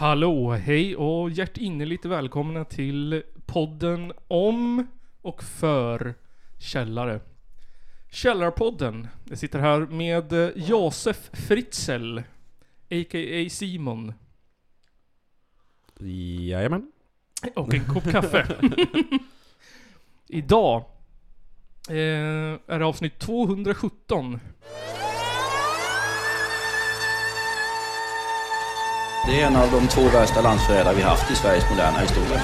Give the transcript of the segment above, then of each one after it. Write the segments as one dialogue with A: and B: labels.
A: Hallå, hej och hjärtinnerligt välkomna till podden om och för källare. Källarpodden. Jag sitter här med eh, Josef Fritzl, a.k.a. Simon,
B: Jajamän.
A: och en kopp kaffe. Idag eh, är det avsnitt 217.
C: Det är en av de två värsta landsförrädare vi haft i Sveriges moderna historia.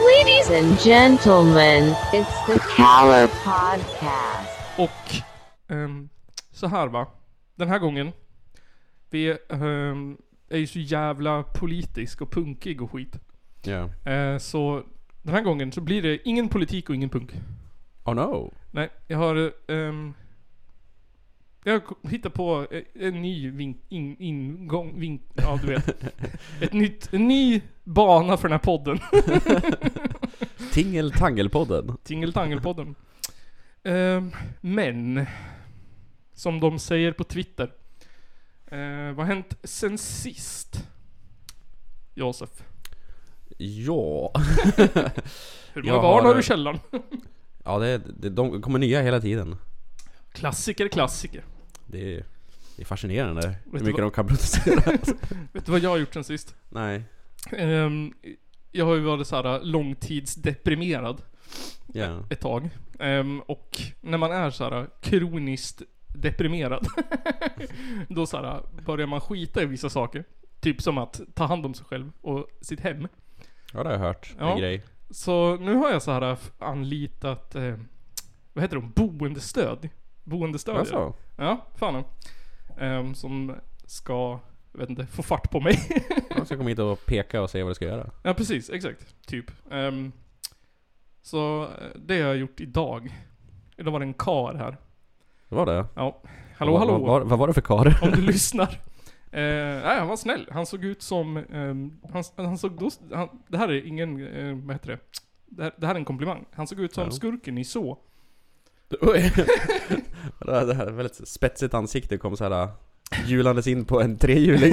D: Ladies and gentlemen, it's the Caller Podcast.
A: Och ehm, så här va. Den här gången. Vi ehm, är ju så jävla politisk och punkig och skit.
B: Ja.
A: Eh, så den här gången så blir det ingen politik och ingen punk.
B: Oh no.
A: Nej, jag har... ehm, jag har k- hittat på eh, en ny vink, in, ingång, vink, ja du vet. Ett nytt, en ny bana för den här podden.
B: Tingeltangelpodden.
A: Tingeltangelpodden. Ehm, men, som de säger på Twitter. Eh, vad har hänt sen sist? Josef,
B: Ja.
A: hur många
B: Jag
A: barn
B: har-
A: har du i källaren?
B: Ja, det, det, de kommer nya hela tiden.
A: Klassiker, klassiker.
B: Det är, det är fascinerande hur
A: du
B: mycket
A: vad-
B: de kan producera.
A: Vet du vad jag har gjort sen sist?
B: Nej.
A: Ehm, jag har ju varit såhär långtidsdeprimerad
B: Ja.
A: ett tag. Ehm, och när man är såhär kroniskt deprimerad, då såhär börjar man skita i vissa saker. Typ som att ta hand om sig själv och sitt hem.
B: Ja, det har jag hört.
A: Ja.
B: En grej.
A: Så nu har jag såhär f- anlitat, eh, vad heter de, boendestöd. Boendestöd
B: Alltså.
A: Ja, fan. Ehm, som ska, jag vet inte, få fart på mig.
B: De ska komma hit och peka och säga vad du ska göra.
A: Ja precis, exakt. Typ. Ehm, så eh, det har jag gjort idag. Idag var det en kar här.
B: Vad var det?
A: Ja. Hallå
B: vad,
A: hallå,
B: Vad, vad, vad var det för karl?
A: om du lyssnar. Eh, nej, han var snäll. Han såg ut som... ehm, han, han såg då... Han, det här är ingen... eh, vad heter det? Det här, det här är en komplimang. Han såg ut som
B: Ja.
A: skurken i så.
B: Oj. det här- det här väldigt spetsigt ansikte kom så här hjulandes in på en trehjuling.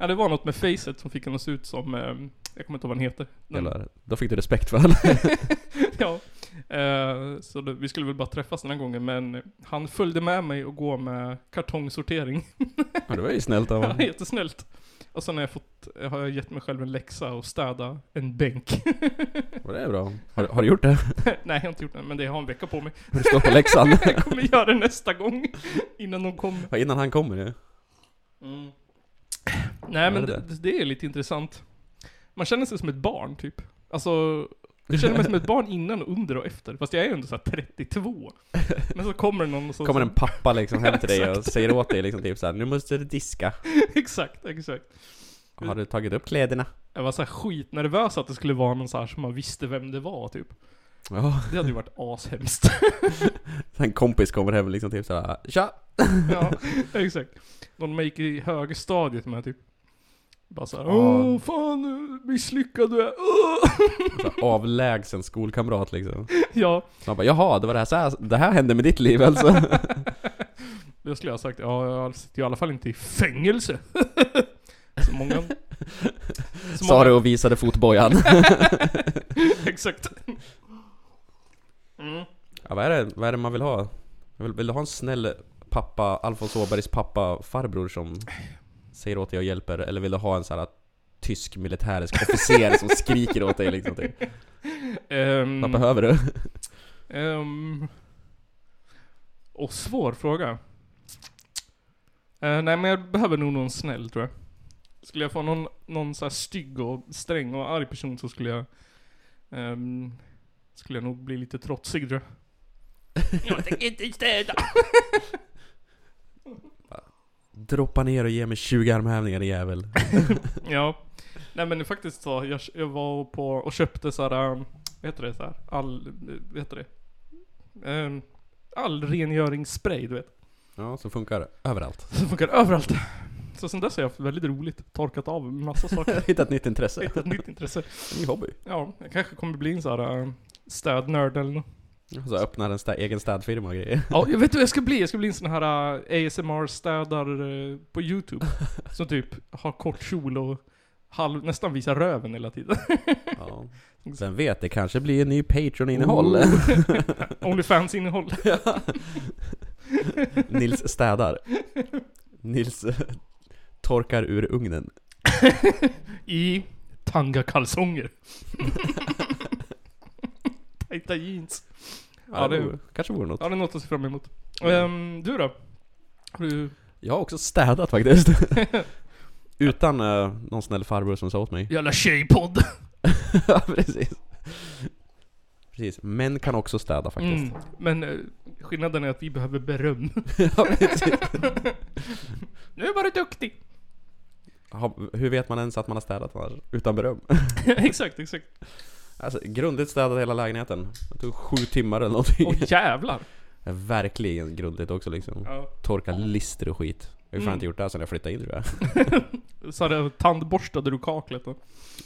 A: Ja, det var något med facet som fick honom att se ut som... ehm, jag kommer inte ihåg vad han heter. Men-
B: Eller, då fick du respekt för honom.
A: ja. Eh, så det, vi skulle väl bara träffas den här gången, men han följde med mig och gå med kartongsortering.
B: Ja, det var ju snällt av
A: Ja,
B: honom.
A: jättesnällt. Och sen har jag, fått, har jag gett mig själv en läxa och städa en bänk.
B: Ja, Det är bra. Har, har du gjort det?
A: Nej, jag har inte gjort det, men det har en vecka på mig.
B: Har du stått på läxan?
A: Jag kommer göra det nästa gång, innan de kommer.
B: Innan han kommer nu.
A: Mm. Nej, men
B: är
A: det,
B: det?
A: det är lite intressant. Man känner sig som ett barn, typ. Alltså, jag känner mig som ett barn innan, under och efter. Fast jag är ju ändå såhär 32. Men så kommer det någon och så...
B: kommer en pappa liksom hem till dig och
A: Exakt.
B: säger åt dig liksom typ såhär Nu måste du diska
A: Exakt, exakt.
B: Har du tagit upp kläderna?
A: Jag var såhär skitnervös att det skulle vara någon så här som man visste vem det var, typ.
B: Ja
A: Det hade ju varit ashemskt.
B: Så En kompis kommer hem liksom typ såhär Tja!
A: ja, exakt. De man gick i högstadiet med typ. Bara såhär,
B: Ja.
A: åh fan eh, misslyckad du är. Åh!"
B: Så här avlägsen skolkamrat liksom
A: ja,
B: Så han bara Jaha, det var det här, så här Det här hände med ditt liv alltså
A: det skulle jag ha sagt. Ja, jag sitter ju i alla fall inte i fängelse. så många... Så
B: Sa du och visade fotbojan
A: Exakt. Mm.
B: ja, vad, är det, vad är det man vill ha? Vill, vill du ha en snäll pappa Alfons Åbergs pappa farbror som Säger åt dig och hjälper eller vill du ha en sån här Tysk militärisk officer som skriker åt dig liksom typ
A: Ehm,
B: Vad behöver du?
A: ehm, och svår fråga. Eh, nej men jag behöver nog någon snäll tror jag. Skulle jag få någon, någon så här stygg och sträng och arg person så skulle jag... ehm, skulle jag nog bli lite trotsig tror jag. jag tänker inte städa!
B: Droppa ner och ge mig 20 armhävningar din jävel
A: Ja. Nej men faktiskt så, jag, jag var på och köpte så här, um, vad heter det så här, all, vad heter det? Um, all rengöringsspray du vet.
B: Ja, som funkar överallt.
A: Som funkar överallt. Så sen dess har jag haft väldigt roligt, torkat av en massa saker.
B: Hittat ett nytt intresse.
A: Hittat nytt intresse.
B: Ny hobby.
A: Ja, jag kanske kommer bli en så här um, städnörd eller något.
B: Så öppnar en stä- egen städfirma och grejer.
A: Ja, jag vet du vad jag ska bli? Jag ska bli en sån här äh, ASMR-städare eh, på YouTube. Som typ har kort kjol och halv, nästan visar röven hela tiden.
B: Ja. Oh. Vem vet, det kanske blir en ny Patreon-innehåll.
A: Oh. Onlyfans-innehåll.
B: Nils städar. Nils eh, torkar ur ugnen.
A: I tanga-kalsonger. Tajta jeans. Ja, det-
B: vore- kanske vore något.
A: Ja, det är något att se fram emot. Ehm, du då? Har du...
B: Jag har också städat faktiskt. Utan eh, någon snäll farbror som sa åt mig.
A: Jävla tjejpodd!
B: Ja, precis. Precis, män kan också städa faktiskt.
A: Mm. Men eh, skillnaden är att vi behöver beröm.
B: Ja, precis.
A: Nu var du duktig!
B: Ha, hur vet man ens att man har städat annars? Utan beröm.
A: exakt, exakt.
B: Alltså, grundligt städat hela lägenheten. Det tog sju timmar eller någonting.
A: Åh jävlar!
B: Verkligen grundligt också liksom.
A: Ja.
B: Torka lister och skit. Jag har ju fan
A: Mm.
B: inte gjort det här sedan jag flyttade in tror jag.
A: Så hade tandborstade du kaklet då?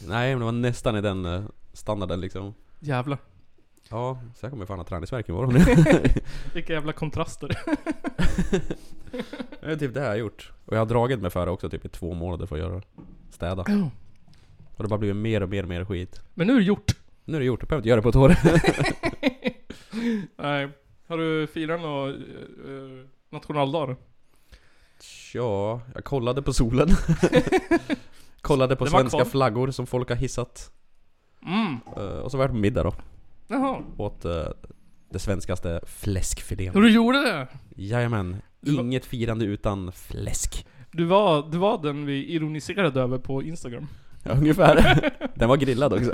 B: Nej, men det var nästan i den eh, standarden liksom.
A: Jävlar.
B: Ja, så jag kommer fan ha träningsvärk imorgon.
A: Vilka jävla kontraster.
B: det är typ det jag har gjort. Och jag har dragit mig för det också typ i två månader för att göra städa. Och det har bara blivit mer och mer och mer skit.
A: Men nu är det gjort.
B: Nu är det gjort, jag behöver inte göra det på ett år.
A: Nej. Har du firat några uh, nationaldagar?
B: ja, jag kollade på solen. kollade på
A: Den var
B: svenska
A: kvar.
B: flaggor som folk har hissat.
A: Mm.
B: Eh, och så var jag på middag då.
A: Jaha.
B: Åt eh, det svenskaste fläskfilén.
A: Och du gjorde det?
B: Jajamän.
A: Du var-
B: Inget firande utan fläsk.
A: Du var, du var den vi ironiserade över på Instagram.
B: Ja, ungefär. Den var grillad också.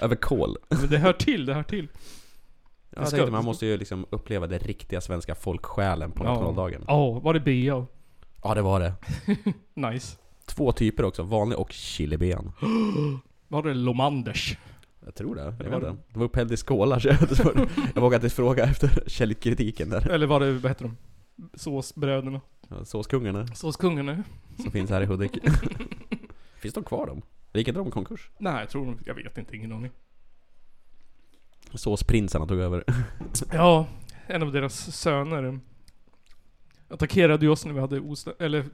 B: Över kol.
A: Men det hör till, det hör till.
B: Jag
A: ska-
B: tänkte man måste ju liksom uppleva det riktiga svenska folksjälen på
A: Ja.
B: nationaldagen.
A: Ja, var det BA?
B: Ja, det var det.
A: Nice.
B: Två typer också, vanlig och chiliben.
A: Var det Lomanders?
B: Jag tror det, det
A: Det var
B: var det. De var upphällda i skålar så jag hade svårt. Jag vågade inte fråga efter källkritiken där.
A: Eller var det, vad heter de? Såsbröderna?
B: Ja, Såskungarna
A: Såskungarna?
B: som finns här i Hudik. Finns de kvar de? Gick inte de i konkurs?
A: Nej, jag tror de, jag vet inte, ingen aning.
B: Såsprinsarna tog över.
A: Ja, en av deras söner eh, attackerade ju oss när vi hade osta- eller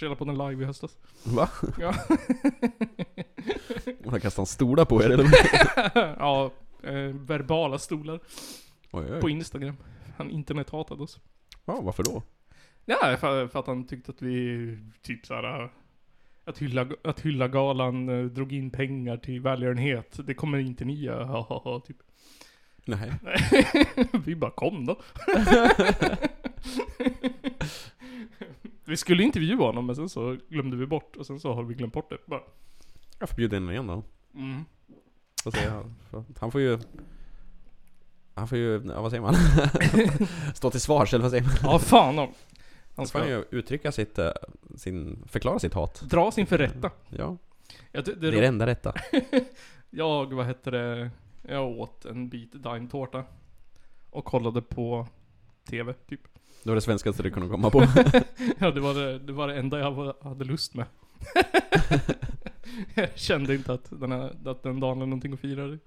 A: reda på den live i höstas.
B: Va?
A: Ja.
B: De kastade en stolar på er eller? Oj,
A: ja, eh, verbala stolar
B: oj,
A: på
B: oj.
A: Instagram. Han internethatade oss.
B: Ja, varför då?
A: Ja, för, för att han tyckte att vi typ såhär att hylla, att hylla galan eh, drog in pengar till välgörenhet. Det kommer inte ni göra, hahaha, typ.
B: Nej.
A: Vi bara kom då. vi skulle intervjua honom men sen så glömde vi bort och sen så har vi glömt bort det. Bara,
B: Jag får bjuda in honom igen då.
A: mm.
B: Vad säger han? Han får ju... Han får ju, ja, vad säger man? Stå till svars eller vad säger man?
A: Ja fan om. Han
B: Han får
A: ska
B: ju uttrycka sitt, eh, sin, förklara sitt hat.
A: dra sin förrätta.
B: Ja,
A: Jag, det,
B: det
A: det,
B: är det enda rätta.
A: jag, vad hette det, jag åt en bit daimtårta. Och kollade på TV typ.
B: Det var det svenskaste du kunde komma på.
A: Ja det var det, det, var det enda jag var- hade lust med. jag kände inte att den, här, att den dagen är någonting att fira.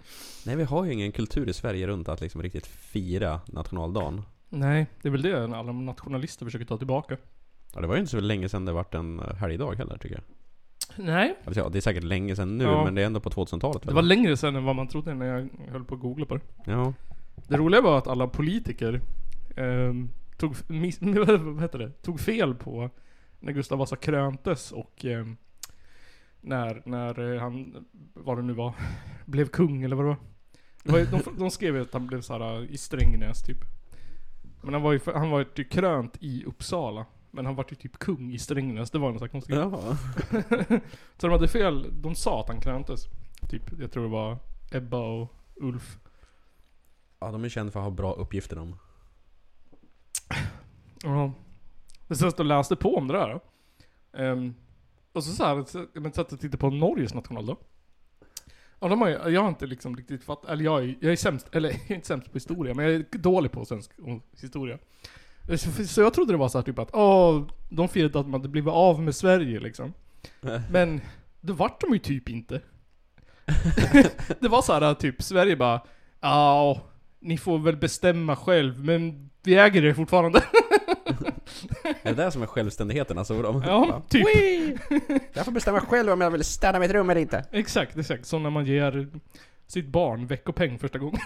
B: Nej, vi har ju ingen kultur i Sverige runt att liksom riktigt fira nationaldagen.
A: Nej, det är väl det alla nationalister försöker ta tillbaka.
B: Ja, det var ju inte så länge sedan det vart en eh, helgdag heller tycker jag.
A: Nej,
B: Alltså, ja, det är säkert länge sedan nu,
A: Ja.
B: men det är ändå på 2000-talet
A: det
B: väl?
A: var längre sedan än vad man trodde när jag höll på att googla på det.
B: Ja.
A: Det roliga var att alla politiker ehm, tog, miss, vad heter det? tog fel på när Gustav Vasa kröntes och ehm, när, när eh, han, vad det nu var, blev kung eller vad det var. Det var ju- de, de skrev ju att han blev såhär i Strängnäs typ. Men han var ju, han var ju krönt i Uppsala. Men han var ju typ kung i Strängnäs, det var en sån här konstig grej.
B: ja.
A: Så de hade fel, de sa att han kröntes. Typ, jag tror det var Ebba och Ulf.
B: Ja, de är kända för att ha bra uppgifter om.
A: Ja. Men sen så läste jag på om det där. då. Ehm, och så, så här, så, men satt och tittade på Norges nationaldag. Ja, de har, ju- jag har inte liksom riktigt fattat, eller jag är, jag är sämst, eller jag är inte sämst på historia, men jag är dålig på svensk historia. Eh, Så, så jag trodde det var så här typ att, åh, de firade att man hade blivit av med Sverige liksom. Men det vart de ju eh, typ inte. det var så här typ, Sverige bara, ja, Ni får väl bestämma själv, men vi äger er fortfarande.
B: Är det där som är självständigheten alltså? för dem?
A: ja, typ.
B: Jag får bestämma själv om jag vill stanna i mitt rum eller inte.
A: Exakt, exakt. Som när man ger sitt barn veckopeng första gången.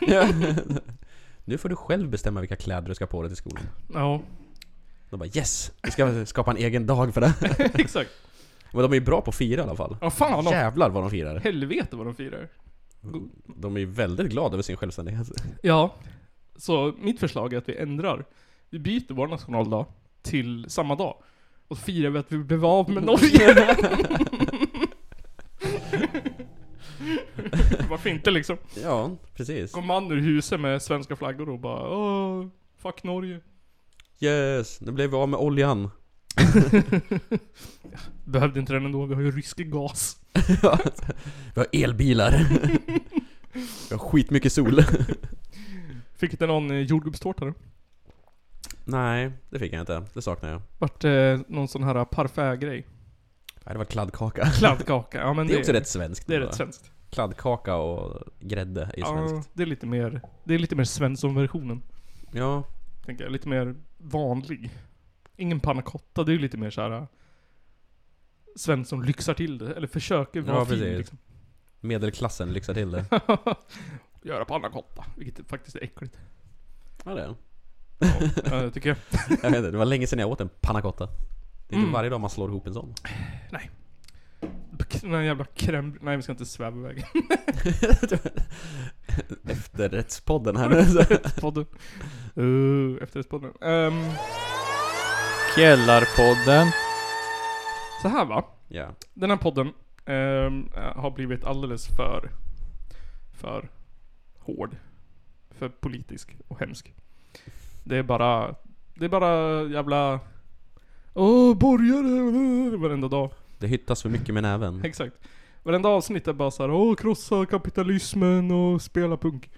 B: nu får du själv bestämma vilka kläder du ska på dig till skolan.
A: ja,
B: De bara yes! Vi ska skapa en egen dag för det.
A: exakt.
B: Men de är ju bra på att fira i alla fall.
A: Ja, fan vad de-
B: Jävlar vad de firar.
A: Helvete vad de firar.
B: De är ju väldigt glada över sin självständighet.
A: Ja. Så mitt förslag är att vi ändrar. Vi byter vår nationaldag till samma dag. Och så firar vi att vi blev av med Norge. Varför inte liksom?
B: Ja, precis.
A: Kom man ur huset med svenska flaggor och bara Åh, fuck Norge.
B: Yes! Nu blev vi av med oljan.
A: Behövde inte den ändå, vi har ju rysk gas.
B: Ja. vi har elbilar. vi har skitmycket sol.
A: Fick inte någon eh, jordgubbstårta då?
B: Nej, det fick jag inte. Det saknar jag.
A: Vart eh, någon sån här parfait-grej.
B: Nej, det var kladdkaka.
A: Kladdkaka, ja men
B: Det är också rätt svenskt.
A: Det är
B: va?
A: rätt svenskt.
B: Kladdkaka och grädde är ju svenskt.
A: det är lite mer, det är lite mer Svensson-versionen.
B: Ja,
A: Tänker jag, lite mer vanlig. Ingen pannacotta, det är ju lite mer såhär... Svensson lyxar till det, eller försöker vara
B: Ja,
A: fin
B: precis.
A: liksom.
B: medelklassen lyxar till det.
A: Göra pannacotta, vilket faktiskt är äckligt.
B: Ja, det är det.
A: Ja, det tycker jag.
B: Jag vet inte, det var länge sedan jag åt en panna cotta. Det är
A: Mm.
B: inte varje dag man slår ihop en sån.
A: Den här jävla crème... Nej vi ska inte sväva iväg.
B: Efterrättspodden här nu.
A: Podden. Uh, efterrättspodden. Ehm,
E: Källarpodden.
A: så här va.
B: Ja.
A: Den här podden ehm, har blivit alldeles för... För hård. För politisk och hemsk. Det är bara... Det är bara jävla... Åh, borgare! Varenda dag.
B: Det hyttas för mycket med näven.
A: Exakt. Varenda avsnitt är bara såhär, åh krossa kapitalismen och spela punk.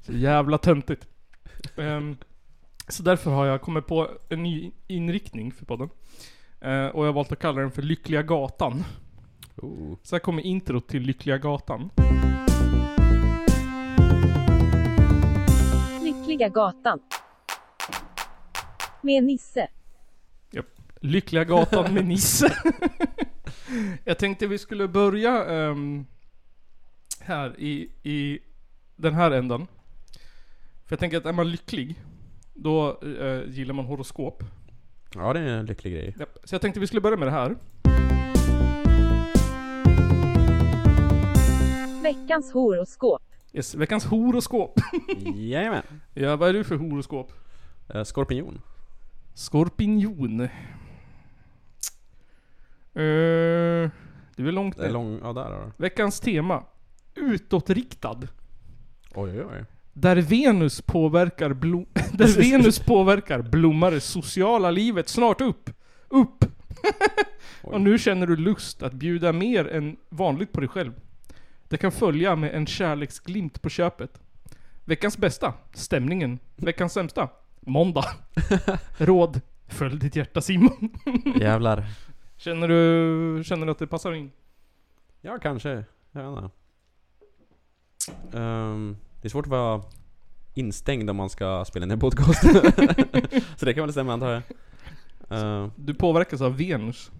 A: Så jävla töntigt. Ehm, så därför har jag kommit på en ny inriktning för podden. Eh, och jag har valt att kalla den för Lyckliga Gatan.
B: Oh.
A: Så här kommer intro till Lyckliga Gatan.
D: Lyckliga gatan. Med Nisse.
A: Lyckliga Gatan med Nisse. jag tänkte vi skulle börja ehm, här i, i den här änden. För jag tänker att är man lycklig, då eh, gillar man horoskop.
B: Ja, det är en lycklig grej.
A: Japp. Så jag tänkte vi skulle börja med det här.
D: Veckans horoskop.
A: Yes, veckans horoskop.
B: Jajamän.
A: ja, vad är du för horoskop?
B: Eh, Skorpion.
A: Skorpion. Eh, det är väl långt
B: Det är
A: ner.
B: lång... Ja, där har du.
A: Veckans tema. Utåtriktad.
B: Oj, oj, oj.
A: Där Venus påverkar blom... Där Venus påverkar blommar det sociala livet snart upp. Upp! Och nu känner du lust att bjuda mer än vanligt på dig själv. Det kan följa med en kärleksglimt på köpet. Veckans bästa. Stämningen. Veckans sämsta. Måndag. Råd. Följ ditt hjärta Simon.
B: Jävlar.
A: Känner du, känner du att det passar in?
B: Ja, kanske. Jag vet inte. Ehm, det är svårt att vara instängd om man ska spela in en podcast. Så det kan väl stämma antar jag. Ehm,
A: Du påverkas av Venus.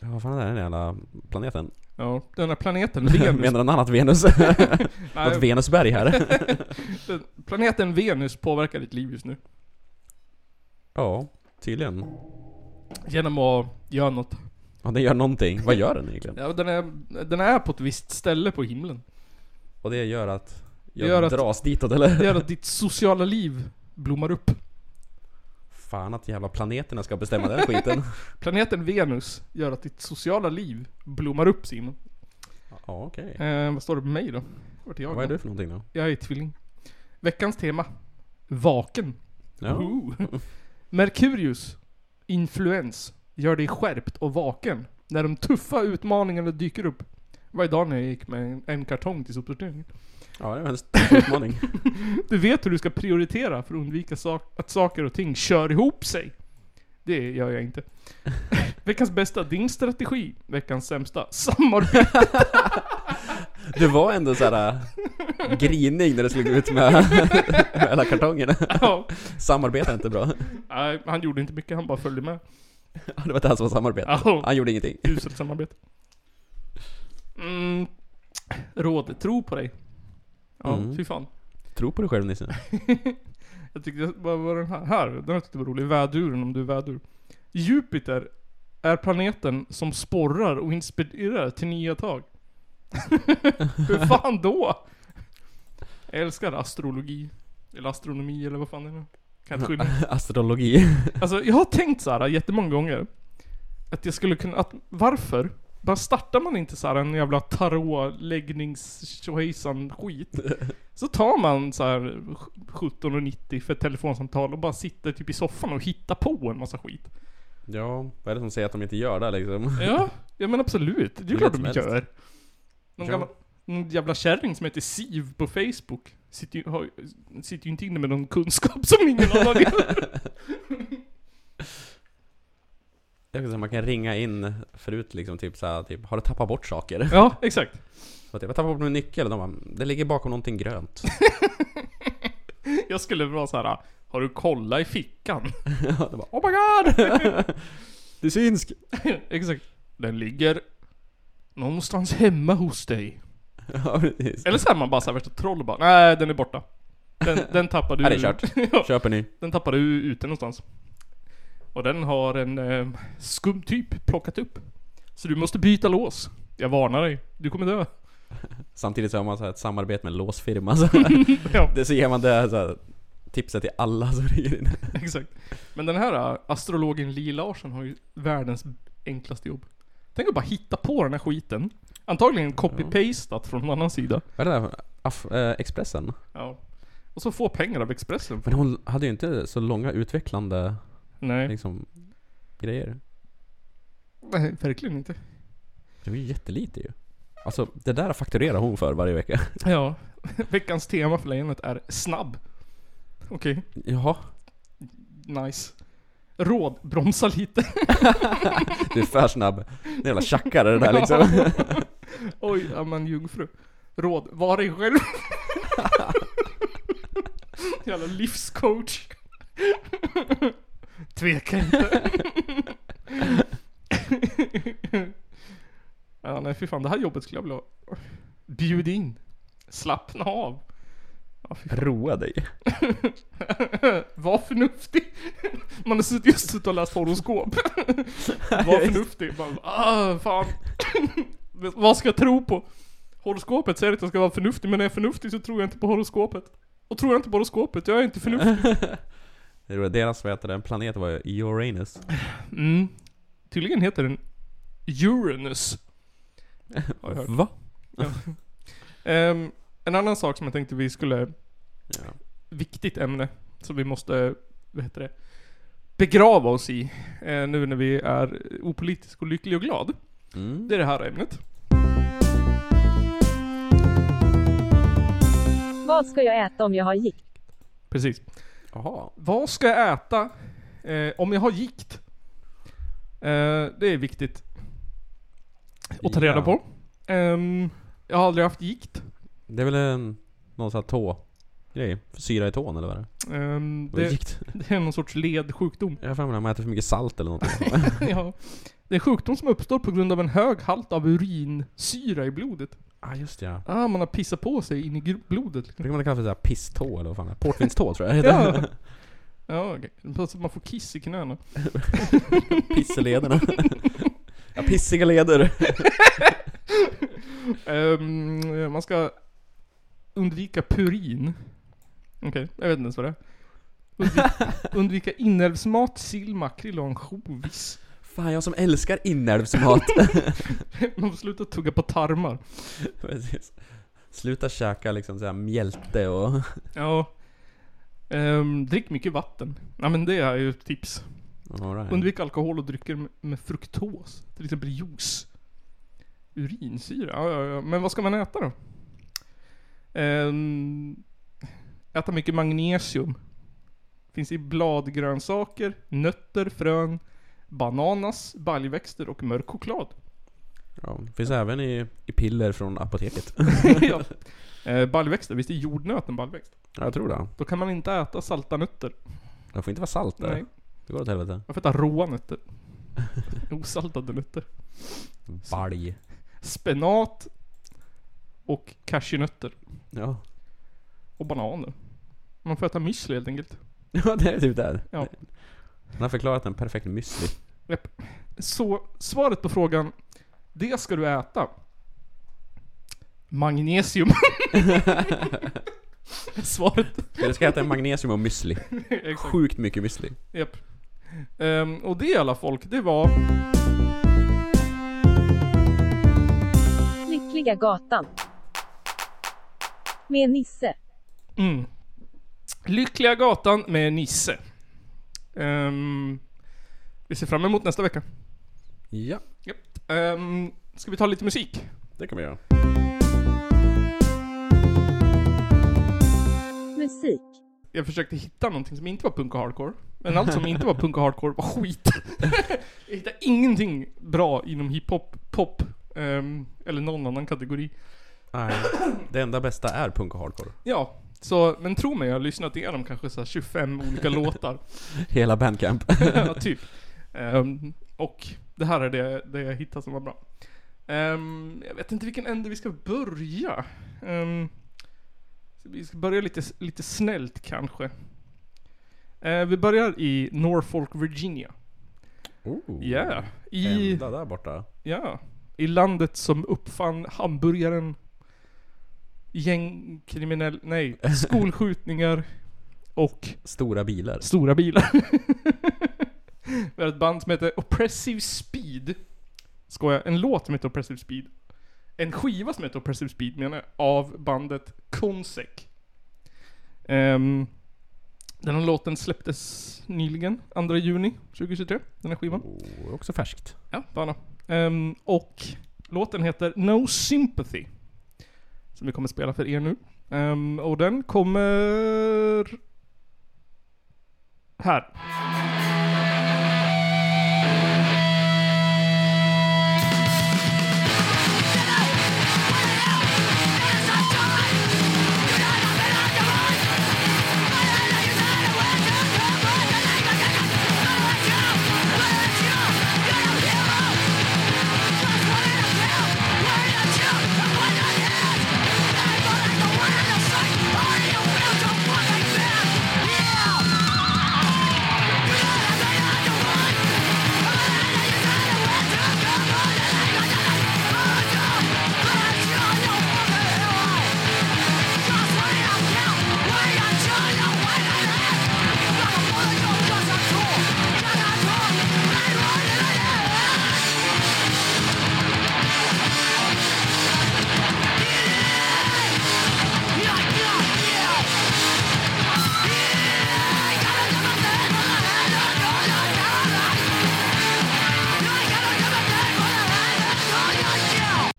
B: Ja, vad fan är det här den jävla planeten?
A: Ja, den här planeten Venus.
B: Menar någon annat Venus?
A: Nej,
B: Något Venusberg här?
A: planeten Venus påverkar ditt liv just nu.
B: ja, tydligen.
A: Genom att göra något.
B: Ja, den gör någonting. Vad gör den egentligen?
A: Ja, och den, är, den är på ett visst ställe på himlen.
B: Och det gör att
A: Det
B: jag
A: gör att-
B: dras ditåt
A: Det
B: eller?
A: gör att ditt sociala liv blommar upp.
B: Fan att jävla planeterna ska bestämma den skiten.
A: Planeten Venus gör att ditt sociala liv blommar upp Simon.
B: Ja, okej.
A: Eh, vad står det på mig då? Vart är jag
B: Vad är
A: då?
B: du för någonting då?
A: Jag är tvilling. Veckans tema. Vaken.
B: Ja.
A: Ooh. Merkurius. Influens. Gör dig skärpt och vaken. När de tuffa utmaningarna dyker upp. Det var idag när jag gick med en, en kartong till sopsorteringen.
B: ja, det var en stor utmaning.
A: Du vet hur du ska prioritera för att undvika sak- att saker och ting kör ihop sig. Det gör jag inte. Veckans bästa, din strategi. Veckans sämsta, samarbete.
B: Du var ändå såhär äh, grinig när du slog ut med, med alla kartongerna.
A: Ja.
B: Samarbetade inte bra.
A: Nej, han gjorde inte mycket, han bara följde med.
B: Ja, Det var det här som var samarbete.
A: Ja,
B: Han gjorde ingenting.
A: uselt samarbete. Mm. Råd, tro på dig. Ja,
B: Mm.
A: fy fan.
B: Tro på dig själv Nisse.
A: Jag tyckte, vad var den här? Här, den här tyckte jag var rolig. Väduren, om du är vädur. Jupiter är planeten som sporrar och inspirerar till nya tag. Hur fan då? Jag älskar astrologi. Eller astronomi eller vad fan är det? Kan inte skilja.
B: Astrologi.
A: Alltså jag har tänkt så här jättemånga gånger. Att jag skulle kunna, att varför? Bara startar man inte så här en jävla tarotläggnings skit Så tar man så här 17,90 för ett telefonsamtal och bara sitter typ i soffan och hittar på en massa skit.
B: Ja, vad är det som säger att de inte gör det liksom?
A: Ja, ja men absolut. Det är ju
B: Hur
A: klart
B: lätt
A: de
B: som helst.
A: gör. Någon
B: Ja.
A: gammal, någon jävla kärring som heter Siv på Facebook sitter ju, har, sitter ju inte inne med någon kunskap som ingen annan gör.
B: Jag kan säga, man kan ringa in förut liksom typ såhär, typ har du tappat bort saker?
A: Ja, exakt.
B: Så typ, jag har tappat bort min nyckel och de bara, det ligger bakom någonting grönt.
A: Jag skulle vara så här. "Ah, Har du kollat i fickan?
B: Ja, de bara, oh my god! Du är synsk!
A: Exakt. Den ligger någonstans hemma hos dig.
B: Ja, precis.
A: Eller så är man bara såhär värsta troll och bara, nej den är borta. Den, den tappade
B: Ja,
A: du
B: det är kört.
A: ja,
B: Köper ni?
A: den tappade du ute någonstans. Och den har en eh, skum typ plockat upp. Så du måste byta lås. Jag varnar dig, du kommer dö.
B: Samtidigt så har man så här ett samarbete med en låsfirma. Så
A: Ja,
B: det så ger man det här, så här tipset till alla som ringer in.
A: exakt. Men den här eh, astrologen Li Larsson har ju världens enklaste jobb. Tänk att bara hitta på den här skiten. Antagligen copy-pastat från någon annan sida.
B: Vad är det där? Aff- eh, Expressen?
A: Ja. Och så få pengar av Expressen.
B: Men hon hade ju inte så långa utvecklande
A: Nej.
B: liksom, grejer.
A: Nej, verkligen inte.
B: Det var ju jättelite ju. Alltså det där fakturerar hon för varje vecka.
A: Ja. Veckans tema för lejonet är snabb. Okej,
B: Jaha.
A: nice. Råd, bromsa lite.
B: Du är för snabb. Det är en jävla tjackare det där liksom.
A: Oj, är man jungfru? Råd, var dig själv. Jävla livscoach. Tveka inte. ja, nej fy fan, det här jobbet skulle jag vilja ha. Bjud in. Slappna av. Ja, fy fan.
B: Roa dig.
A: Var förnuftig. Man har suttit- just suttit och läst horoskop. Var förnuftig. Bara, ah, fan. Vad ska jag tro på? Horoskopet säger att jag ska vara förnuftig, men när jag är förnuftig så tror jag inte på horoskopet. Och tror jag inte på horoskopet, jag är inte förnuftig.
B: Det roliga, Deras vad heter det, en planet var ju Uranus.
A: Mm. Tydligen heter den Uranus. Har jag hört.
B: Va?
A: Ehm, en annan sak som jag tänkte vi skulle...
B: Ja.
A: Viktigt ämne som vi måste, vad heter det? Begrava oss i. eh, nu när vi är opolitisk och lycklig och glad.
B: Mm.
A: Det är det här ämnet.
D: Vad ska jag äta om jag har gikt?
A: Precis.
B: Jaha.
A: Vad ska jag äta eh, om jag har gikt? Eh, det är viktigt att ta reda
B: Ja.
A: på. Ehm, jag har aldrig haft gikt.
B: Det är väl en, någon sån här tå-grej? Syra i tån eller vad är det?
A: Ehm,
B: Vad är?
A: det,
B: Gikt?
A: det är någon sorts ledsjukdom.
B: Jag har för mig att man äter för mycket salt eller något.
A: ja. Det är en sjukdom som uppstår på grund av en hög halt av urinsyra i blodet.
B: ah, just det, ja.
A: Ah, man har pissat på sig in i gr- blodet. liksom.
B: Brukar man kalla för såhär pisstå eller vad fan det är? Portvinstå tror jag det
A: Ja.
B: heter.
A: Ja, okej. Så att man får kiss i knäna.
B: Pisseledarna. ja, pissiga leder.
A: Ehm, man ska undvika purin. Okej, jag vet inte ens vad det är. Undvika, undvika inälvsmat, sill, makrill och ansjovis.
B: Fan, jag som älskar inälvsmat.
A: Man får sluta tugga på tarmar.
B: Precis. Sluta käka liksom såhär mjälte och...
A: Ja. Ehm, drick mycket vatten. Ja men det är ju ett tips.
B: All right.
A: Undvik alkohol och drycker med, med fruktos. Till exempel juice. Urinsyra. Ja, ja, ja. Men vad ska man äta då? Ehm, äta mycket magnesium. Finns i bladgrönsaker, nötter, frön, bananas, baljväxter och mörk choklad.
B: Ja, finns även i, i piller från apoteket.
A: ja. eh, baljväxter, visst är jordnöt en baljväxt?
B: Ja, jag tror det.
A: Då kan man inte äta salta nötter.
B: Det får inte vara salt där.
A: Nej.
B: Det går åt helvete.
A: Man får äta råa nötter. Osaltade nötter.
B: Balj.
A: Spenat och cashewnötter.
B: Ja.
A: Och bananer. Man får äta müsli helt enkelt.
B: ja, det är typ där.
A: Ja.
B: Han har förklarat en perfekt müsli.
A: Så svaret på frågan, det ska du äta. Magnesium. svaret.
B: Eller ska jag äta magnesium och müsli.
A: Exakt.
B: Sjukt mycket müsli.
A: Japp. Ehm, och det alla folk, det var...
D: Lyckliga gatan. Med Nisse.
A: Mm. Lyckliga gatan med Nisse. Ehm, vi ser fram emot nästa vecka.
B: Ja,
A: Japp. Ehm, ska vi ta lite musik?
B: det kan vi göra.
D: Musik.
A: Jag försökte hitta någonting som inte var punk och hardcore. Men allt som inte var punk och hardcore var skit. jag hittade ingenting bra inom hiphop, pop, ehm, eller någon annan kategori.
B: Nej. Det enda bästa är punk och hardcore.
A: Ja, så, men tro mig, jag har lyssnat igenom kanske så här 25 olika låtar.
B: Hela bandcamp.
A: ja, typ. Ehm, och det här är det, det jag hittade som var bra. Ehm, jag vet inte vilken ände vi ska börja. Ehm, så vi ska börja lite, lite snällt kanske. Eh, vi börjar i Norfolk, Virginia.
B: Oh.
A: Ja. I,
B: Ända där borta.
A: ja, I landet som uppfann hamburgaren, gängkriminell, nej, skolskjutningar och
B: Stora bilar.
A: Stora bilar. Vi har ett band som heter Oppressive Speed. Skojar, en låt som heter Oppressive Speed. En skiva som heter Oppressive Speed menar jag, av bandet Konsek. Ehm, den här låten släpptes nyligen, 2 juni 2023, den här skivan.
B: Oh, också färskt.
A: Ja, bana. Ehm, och låten heter No Sympathy. Som vi kommer spela för er nu. Ehm, och den kommer... Här.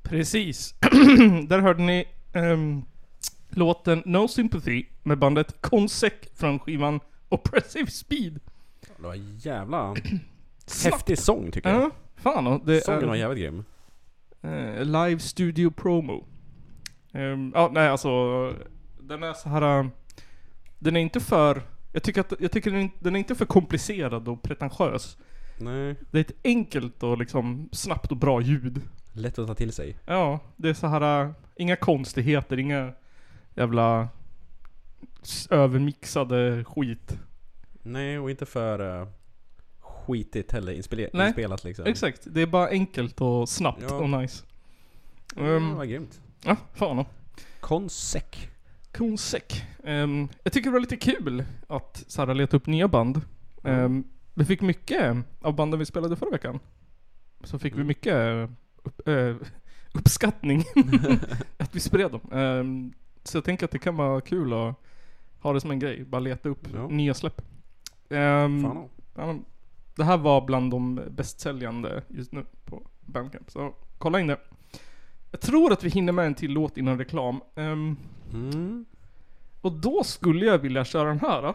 A: Precis. Där hörde ni ehm, låten No Sympathy med bandet Konsek från skivan Oppressive Speed.
B: Det var en jävla
A: Snabbt.
B: häftig sång tycker jag.
A: Ja, fan och det
B: Sången var
A: är
B: jävligt grym.
A: eh, Live Studio Promo. Ehm, Ja, nej alltså. Den är så här. eh, Den är inte för... Jag tycker att jag tycker den är- den är inte för komplicerad och pretentiös.
B: Nej.
A: Det är ett enkelt och liksom snabbt och bra ljud.
B: Lätt att ta till sig.
A: Ja, det är så här äh, inga konstigheter, inga jävla s- övermixade skit.
B: Nej, och inte för eh, skitigt heller. Inspele-
A: Nej.
B: Inspelat liksom.
A: Exakt, det är bara enkelt och snabbt
B: Ja.
A: och nice.
B: Mm,
A: Ehm,
B: vad grymt.
A: ja, fan då.
B: Konsek.
A: Konsek. Ehm, jag tycker det var lite kul att så här, leta upp nya band.
B: Mm.
A: Ehm, Vi fick mycket av banden vi spelade förra veckan. Så
B: Mm.
A: fick vi mycket upp, eh, uppskattning. att vi spred dem. Ehm, så jag tänker att det kan vara kul att ha det som en grej. Bara leta upp
B: Ja.
A: nya släpp. Ehm,
B: Fan
A: ja,
B: mm.
A: det här var bland de bästsäljande just nu på Bandcamp. Så kolla in det. Jag tror att vi hinner med en till låt innan reklam. Ehm,
B: mm.
A: och då skulle jag vilja köra den här.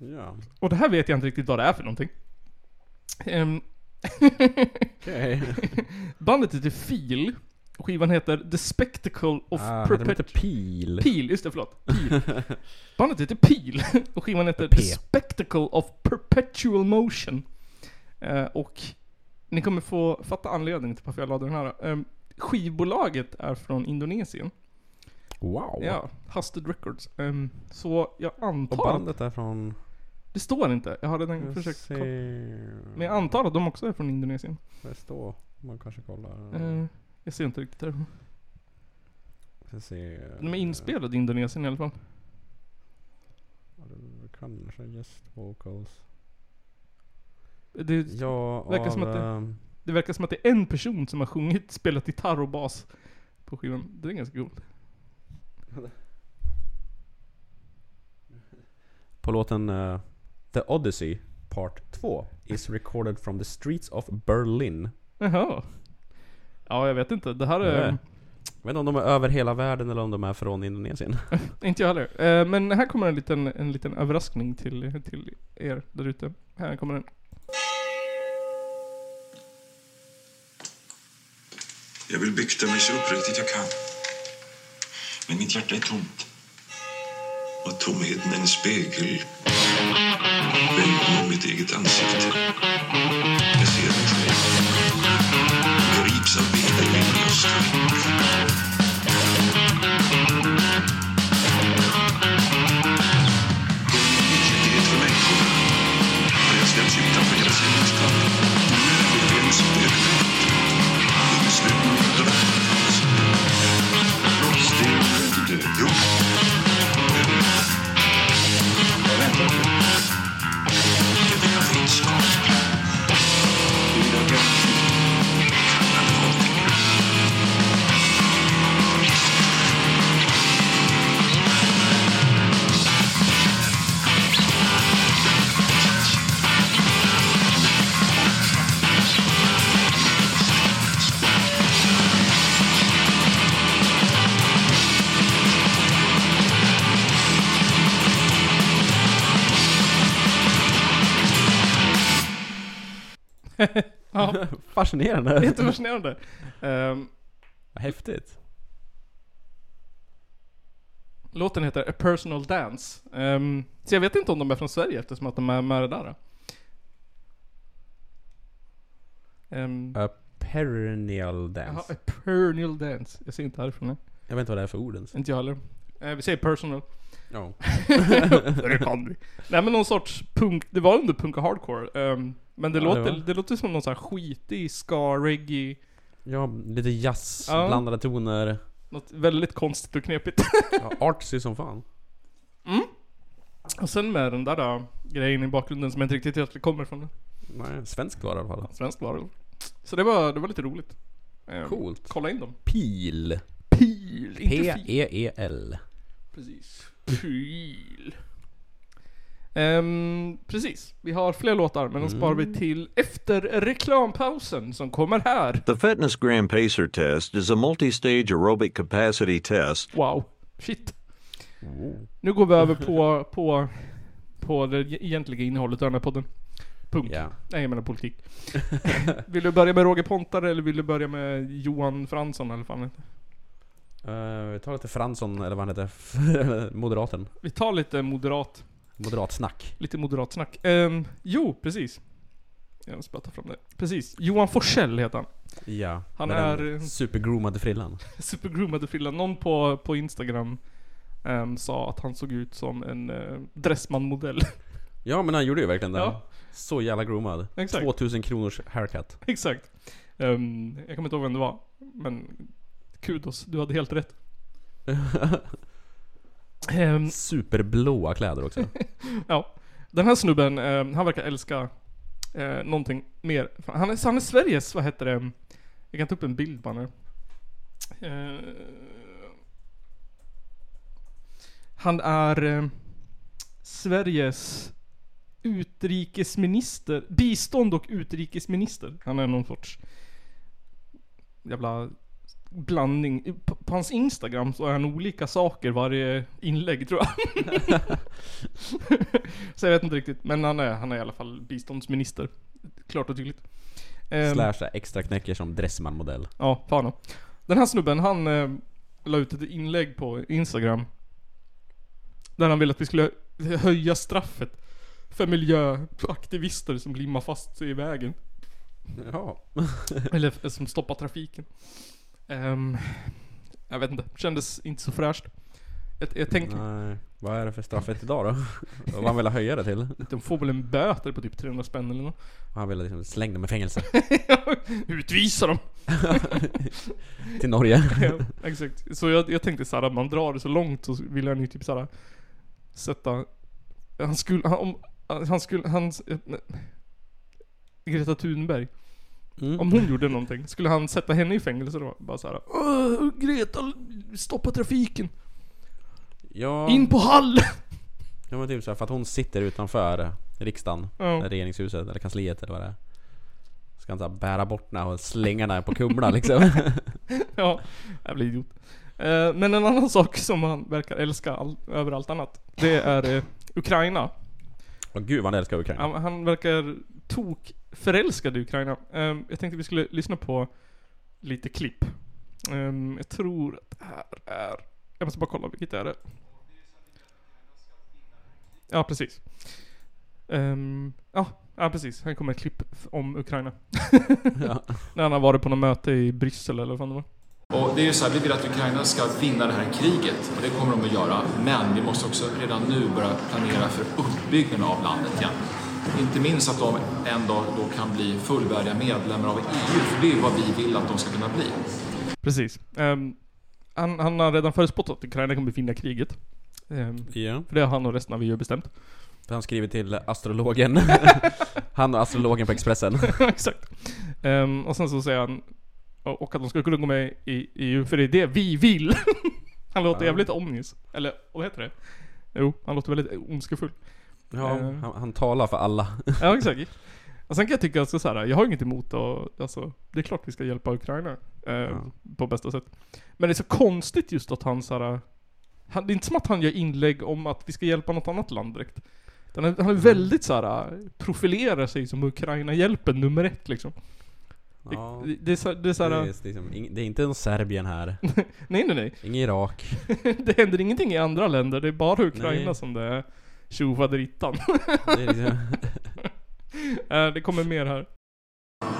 B: Ja.
A: Och det här vet jag inte riktigt vad det är för någonting. Ehm,
B: Okej.
A: Bandet heter Feel. och Skivan heter The Spectacle of
B: Ah, hade de inte
A: Perpetual...
B: pil?
A: Peel, just det, förlåt. Peel. Bandet heter Peel och skivan heter
B: P.
A: The Spectacle of Perpetual Motion. Eh, och ni kommer få fatta anledningen till varför jag lade den här. Eh, skivbolaget är från Indonesien.
B: Wow.
A: Ja, Husted Records. Ehm, så jag
B: Och
A: antar... att-
B: bandet är från...
A: Det står inte. Jag har redan
B: Jag
A: försökt
B: ser-
A: kolla. Men jag antar att de också är från Indonesien.
B: Det står. Man kanske kollar.
A: Eh, jag ser inte riktigt därifrån.
B: Ska se. eh,
A: De är inspelade i Indonesien i alla fall.
B: Kanske just vocals.
A: Det,
B: Ja,
A: Verkar
B: av,
A: som att det-
B: ehm,
A: det verkar som att det är en person som har sjungit, spelat gitarr och bas på skivan. Det är ganska coolt.
B: På låten eh, The Odyssey Part 2 is recorded from the streets of Berlin.
A: Jaha. Ja, jag vet inte. Det här är...
B: Nej. Jag vet inte om de är över hela världen eller om de är från Indonesien.
A: Inte jag heller. Eh, Men här kommer en liten, en liten överraskning till, till er där ute. Här kommer den.
E: Jag vill bykta mig så uppriktigt jag kan. Men mitt hjärta är tomt. Och tomheten är en spegel. Vänd mot mitt eget ansikte. Jag ser mig själv. Grips av bilden min lust. Likgiltighet för människor. När jag ställs utanför deras gemenskap. Problems övervägande. Innesluten i drömmarnas. Brottslig död. Jo. Jag väntar på det. Jag vill ha vetskap. Jag vill ha garanti. Kan han ha det?
A: Ja,
B: Fascinerande.
A: jättefascinerande. Ehm,
B: Häftigt.
A: Låten heter A Personal Dance. Ehm, så jag vet inte om de är från Sverige eftersom att de är med det där. Um,
B: A perennial
A: Jaha,
B: dance.
A: A Personal Dance. Jag ser inte härifrån. nej.
B: Jag vet inte vad det är för ord ens.
A: Inte jag heller. Eh, vi säger personal.
B: Ja.
A: det kan vi. Nej men någon sorts punk, det var under punk och hardcore. ehm, men det,
B: Ja, det
A: låter,
B: var.
A: det låter som någon sån här skitig ska-reggae.
B: Ja, lite jazz,
A: Ja.
B: blandade toner.
A: Något väldigt konstigt och knepigt.
B: Ja, artsy som fan.
A: och sen med den där då, grejen i bakgrunden som jag inte riktigt vet var det kommer ifrån.
B: Nej, svensk var det i alla fall.
A: Svensk var det. Så det var, det var lite roligt. Ehm,
B: Coolt.
A: Kolla in dem.
B: Pil.
A: Pil, inte fil.
B: P-E-E-L.
A: Precis. Pil. Ehm, precis. Vi har fler låtar, men de sparar vi till efter reklampausen som kommer här.
F: The Fitness Gram Pacer test is a multi stage aerobic capacity test.
A: Wow. Shit. Nu går vi över på, på, på det egentliga innehållet i den här podden. Punkt.
B: Ja.
A: Nej, jag menar politik. vill du börja med Roger Pontare eller vill du börja med Johan Fransson eller fan
B: Eh, vi tar lite Fransson, eller vad han heter. Moderaten.
A: Vi tar lite moderat,
B: Moderatsnack.
A: lite moderat snack. Ehm, jo, precis. Jag måste bara ta fram det. Precis. Johan Forsell heter han.
B: Ja.
A: Han
B: med den
A: är-
B: Supergroomade frillan.
A: supergroomade frilla. Någon på, på Instagram ehm, sa att han såg ut som en uh, Dressman-modell.
B: Ja men han gjorde ju verkligen det.
A: Ja.
B: Så jävla groomad.
A: Exakt.
B: 2000 kronors haircut.
A: Exakt. Ehm, jag kommer inte ihåg vem det var. Men kudos, du hade helt rätt. Ehm,
B: Superblåa kläder också.
A: ja. Den här snubben, ehm, han verkar älska uh, någonting mer. Fan, Han är, han är Sveriges, vad heter det? Jag kan ta upp en bild bara nu. Eh, han är eh, Sveriges utrikesminister, bistånd och utrikesminister. Han är någon sorts jävla blandning. I- På, på hans Instagram så är han olika saker varje inlägg tror jag. så jag vet inte riktigt. Men han är, han är i alla fall biståndsminister. Klart och tydligt. Ehm,
B: Slash så här extra knäcker som Dressman-modell.
A: Ja, Fano. Den här snubben, han eh, la ut ett inlägg på Instagram. Där han ville att vi skulle höja straffet för miljöaktivister som limmar fast sig i vägen.
B: Jaha.
A: Eller f- som stoppar trafiken. Ehm, jag vet inte, kändes inte så fräscht. Jag, jag tänkte,
B: Nej. Vad är det för straffet idag då? Vad han ville höja det till?
A: de får väl en böter på typ 300 spänn eller något.
B: Han ville liksom slänga dem i fängelse.
A: Utvisa dem!
B: till Norge.
A: ja, exakt. Så jag, jag tänkte såhär, att man drar det så långt så vill han ju typ såhär sätta... Han skulle, han, om, han skulle, han... Greta Thunberg.
B: Mm.
A: Om hon gjorde någonting, skulle han sätta henne i fängelse då? Bara såhär "Åh, Greta, stoppa trafiken!
B: Ja,
A: In på Hall!
B: ja men typ så här, för att hon sitter utanför riksdagen.
A: Ja.
B: regeringshuset eller kansliet eller vad det är. Ska han så här bära bort den här och slänga den här på Kumla liksom.
A: ja, jävla idiot. Eh, Men en annan sak som han verkar älska all, över allt annat, det är eh, Ukraina.
B: Åh gud vad han älskar Ukraina.
A: Han, han verkar tok förälskad i Ukraina. Ehm, jag tänkte vi skulle lyssna på lite klipp. Ehm, jag tror att det här är... Jag måste bara kolla, vilket är det? Ja, precis. Ehm, ja, ja, precis. Här kommer ett klipp f- om Ukraina.
B: Ja.
A: När han har varit på något möte i Bryssel eller vad fan det var.
G: Och det är ju så här, vi vill att Ukraina ska vinna det här kriget och det kommer de att göra. Men vi måste också redan nu börja planera för uppbyggnaden av landet igen. Inte minst att de en dag då kan bli fullvärdiga medlemmar av EU, för det är ju vad vi vill att de ska kunna bli.
A: Precis. Ehm, han, han har redan förutspått att Ukraina kommer vinna kriget. Ehm,
B: Ja.
A: för det har han och resten av EU bestämt.
B: För han skriver till astrologen. han och astrologen på Expressen.
A: Exakt. Ehm, och sen så säger han, och och att de ska kunna gå med i EU, för det är det vi vill. han låter
B: Ja.
A: jävligt omnis. Eller, vad heter det? Jo, han låter väldigt ondskefull.
B: Ja, Eh, han, han talar för alla.
A: Ja, exakt. Och sen kan jag tycka alltså, så här, jag har inget emot att, alltså, det är klart vi ska hjälpa Ukraina. eh, På bästa sätt. Men det är så konstigt just att han så här, han, det är inte som att han gör inlägg om att vi ska hjälpa något annat land direkt. Utan Han
B: Mm.
A: han är väldigt så här profilerar sig som Ukraina-hjälpen nummer ett liksom.
B: Ja,
A: Det, det är så, det är så
B: det,
A: här,
B: är, liksom, ing- det är inte någon Serbien här.
A: Nej nej nej.
B: Ingen Irak.
A: Det händer ingenting i andra länder. Det är bara Ukraina
B: Nej.
A: som det är tjofaderittan.
B: Det är liksom,
A: Eh, det kommer mer här.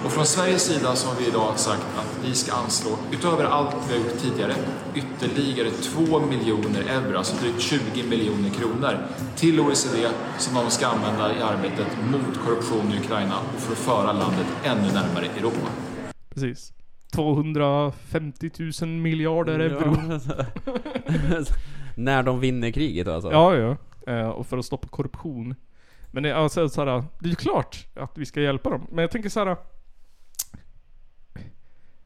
G: Och från Sveriges sida så har vi idag sagt att vi ska anslå, utöver allt vi har gjort tidigare, ytterligare 2 miljoner euro, alltså drygt 20 miljoner kronor, till OECD som de ska använda i arbetet mot korruption i Ukraina och för att föra landet ännu närmare Europa.
A: Precis. 250 000 miljarder euro.
B: Ja. alltså. När de vinner kriget alltså.
A: Ja, ja. Eh, och för att stoppa korruption. Men det, är alltså, så här, det är ju klart att vi ska hjälpa dem. Men jag tänker så här.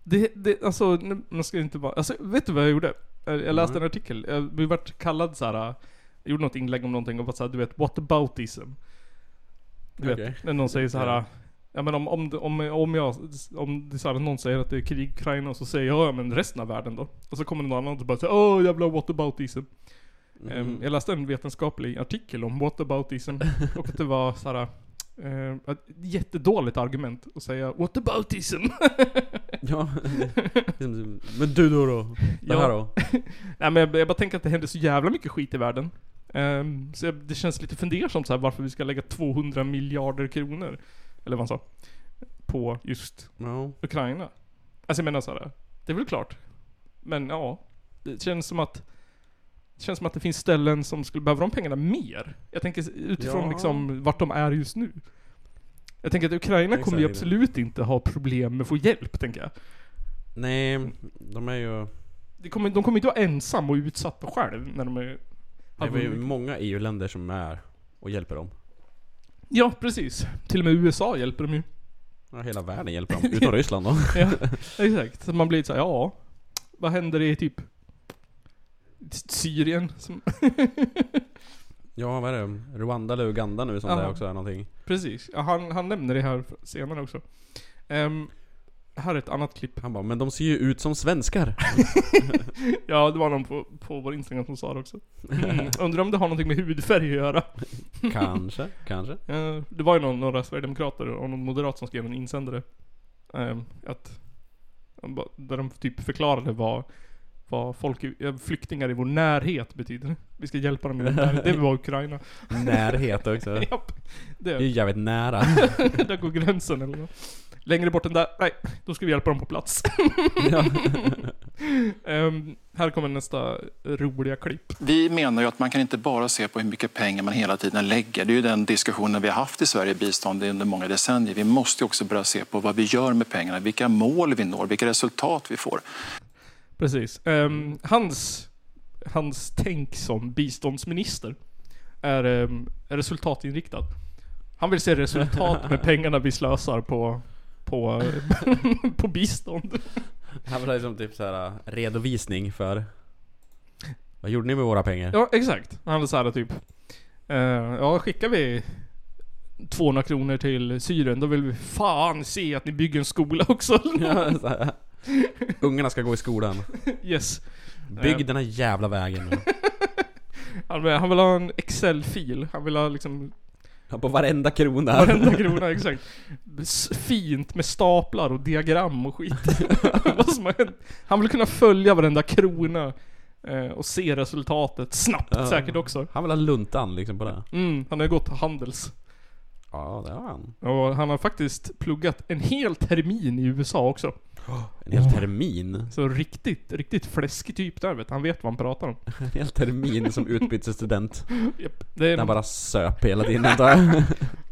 A: Det, det, alltså, nu- man ska inte bara... Alltså, vet du vad jag gjorde? Eh, Jag läste en artikel. Jag vi vart kallad så här. Jag gjorde något inlägg om någonting och var så här, du vet, what aboutism? Du
B: Okej.
A: vet, när någon säger så här. Ja men om, om, det- om, om jag, om det är så här, någon säger att det är krig i Ukraina och så säger jag ja men resten av världen då? Och så kommer någon annan och bara säger åh jävla whataboutism. Ehm, Jag läste en vetenskaplig artikel om whataboutism och att det var såhär, eh, ett jättedåligt argument att säga whataboutism.
B: Ja. Liksom, Men du då då? Det
A: Ja.
B: här då?
A: Nej men jag, jag bara tänker att det händer så jävla mycket skit i världen. Ehm, så jag, det känns lite fundersamt så här varför vi ska lägga 200 miljarder kronor, eller vad han sa, på just
B: Ja.
A: Ukraina. Alltså jag menar såhär, det är väl klart. Men ja, det känns som att det känns som att det finns ställen som skulle behöva de pengarna mer. Jag tänker utifrån
B: Ja.
A: liksom vart de är just nu. Jag tänker att Ukraina kommer ju
B: Exakt.
A: absolut inte ha problem med att få hjälp, tänker jag.
B: Nej, de är ju...
A: De kommer, de kommer inte vara ensam och utsatta själv när de är...
B: Det är ju många EU-länder som är och hjälper dem.
A: Ja, precis. Till och med USA hjälper dem ju.
B: Ja, hela världen hjälper dem, utom Ryssland då.
A: Ja, exakt. Så man blir såhär, ja. Vad händer i typ... Syrien? Som,
B: Ja, vad är det? Rwanda eller Uganda nu som
A: Ja.
B: det också är någonting.
A: Precis. Ja, han, han nämner det här senare också. Ehm, här är ett annat klipp.
B: Han bara 'Men de ser ju ut som svenskar'
A: Ja, det var någon på, på vår Instagram som sa det också. Mm, undrar om det har någonting med hudfärg att göra.
B: Kanske, kanske.
A: Eh, det var ju någon, några Sverigedemokrater och någon moderat som skrev en insändare. Ehm, att, där de typ förklarade vad, vad folk, i- eh, flyktingar i vår närhet betyder. Vi ska hjälpa dem i vår närhet. Det var Ukraina.
B: Närhet också.
A: Japp.
B: Det är ju
A: Det,
B: jävligt nära.
A: där går gränsen eller något. Längre bort än där, nej, då ska vi hjälpa dem på plats.
B: Ja.
A: Ehm, här kommer nästa roliga klipp.
H: Vi menar ju att man kan inte bara se på hur mycket pengar man hela tiden lägger. Det är ju den diskussionen vi har haft i Sverige i bistånd under många decennier. Vi måste ju också börja se på vad vi gör med pengarna, vilka mål vi når, vilka resultat vi får.
A: Precis. Ehm, hans, hans tänk som biståndsminister är ehm, resultatinriktad. Han vill se resultat med pengarna vi slösar på, på, på bistånd.
B: Här var det liksom typ så här redovisning för... Vad gjorde ni med våra pengar?
A: Ja, exakt. Han är såhär typ. Eh, ja, skickar vi 200 kronor till Syrien, då vill vi fan se att ni bygger en skola också.
B: Ja, så här. Ungarna ska gå i skolan.
A: yes.
B: Bygg den här jävla vägen nu.
A: Han vill, han vill ha en Excel-fil. Han vill ha liksom
B: Ja, På varenda krona.
A: varenda krona, exakt. S- Fint med staplar och diagram och skit. Vad som har hänt. Han vill kunna följa varenda krona eh, och se resultatet snabbt
B: Ja.
A: säkert också.
B: Han vill ha luntan liksom på det.
A: Mm, han har gått Handels.
B: Ja, det har han.
A: Och han har faktiskt pluggat en hel termin i USA också.
B: En hel termin.
A: Så riktigt, riktigt fläskig typ där vet du. Han vet vad han pratar om.
B: En hel termin som utbytesstudent.
A: Japp. Det är,
B: Där han bara söp hela tiden antar jag.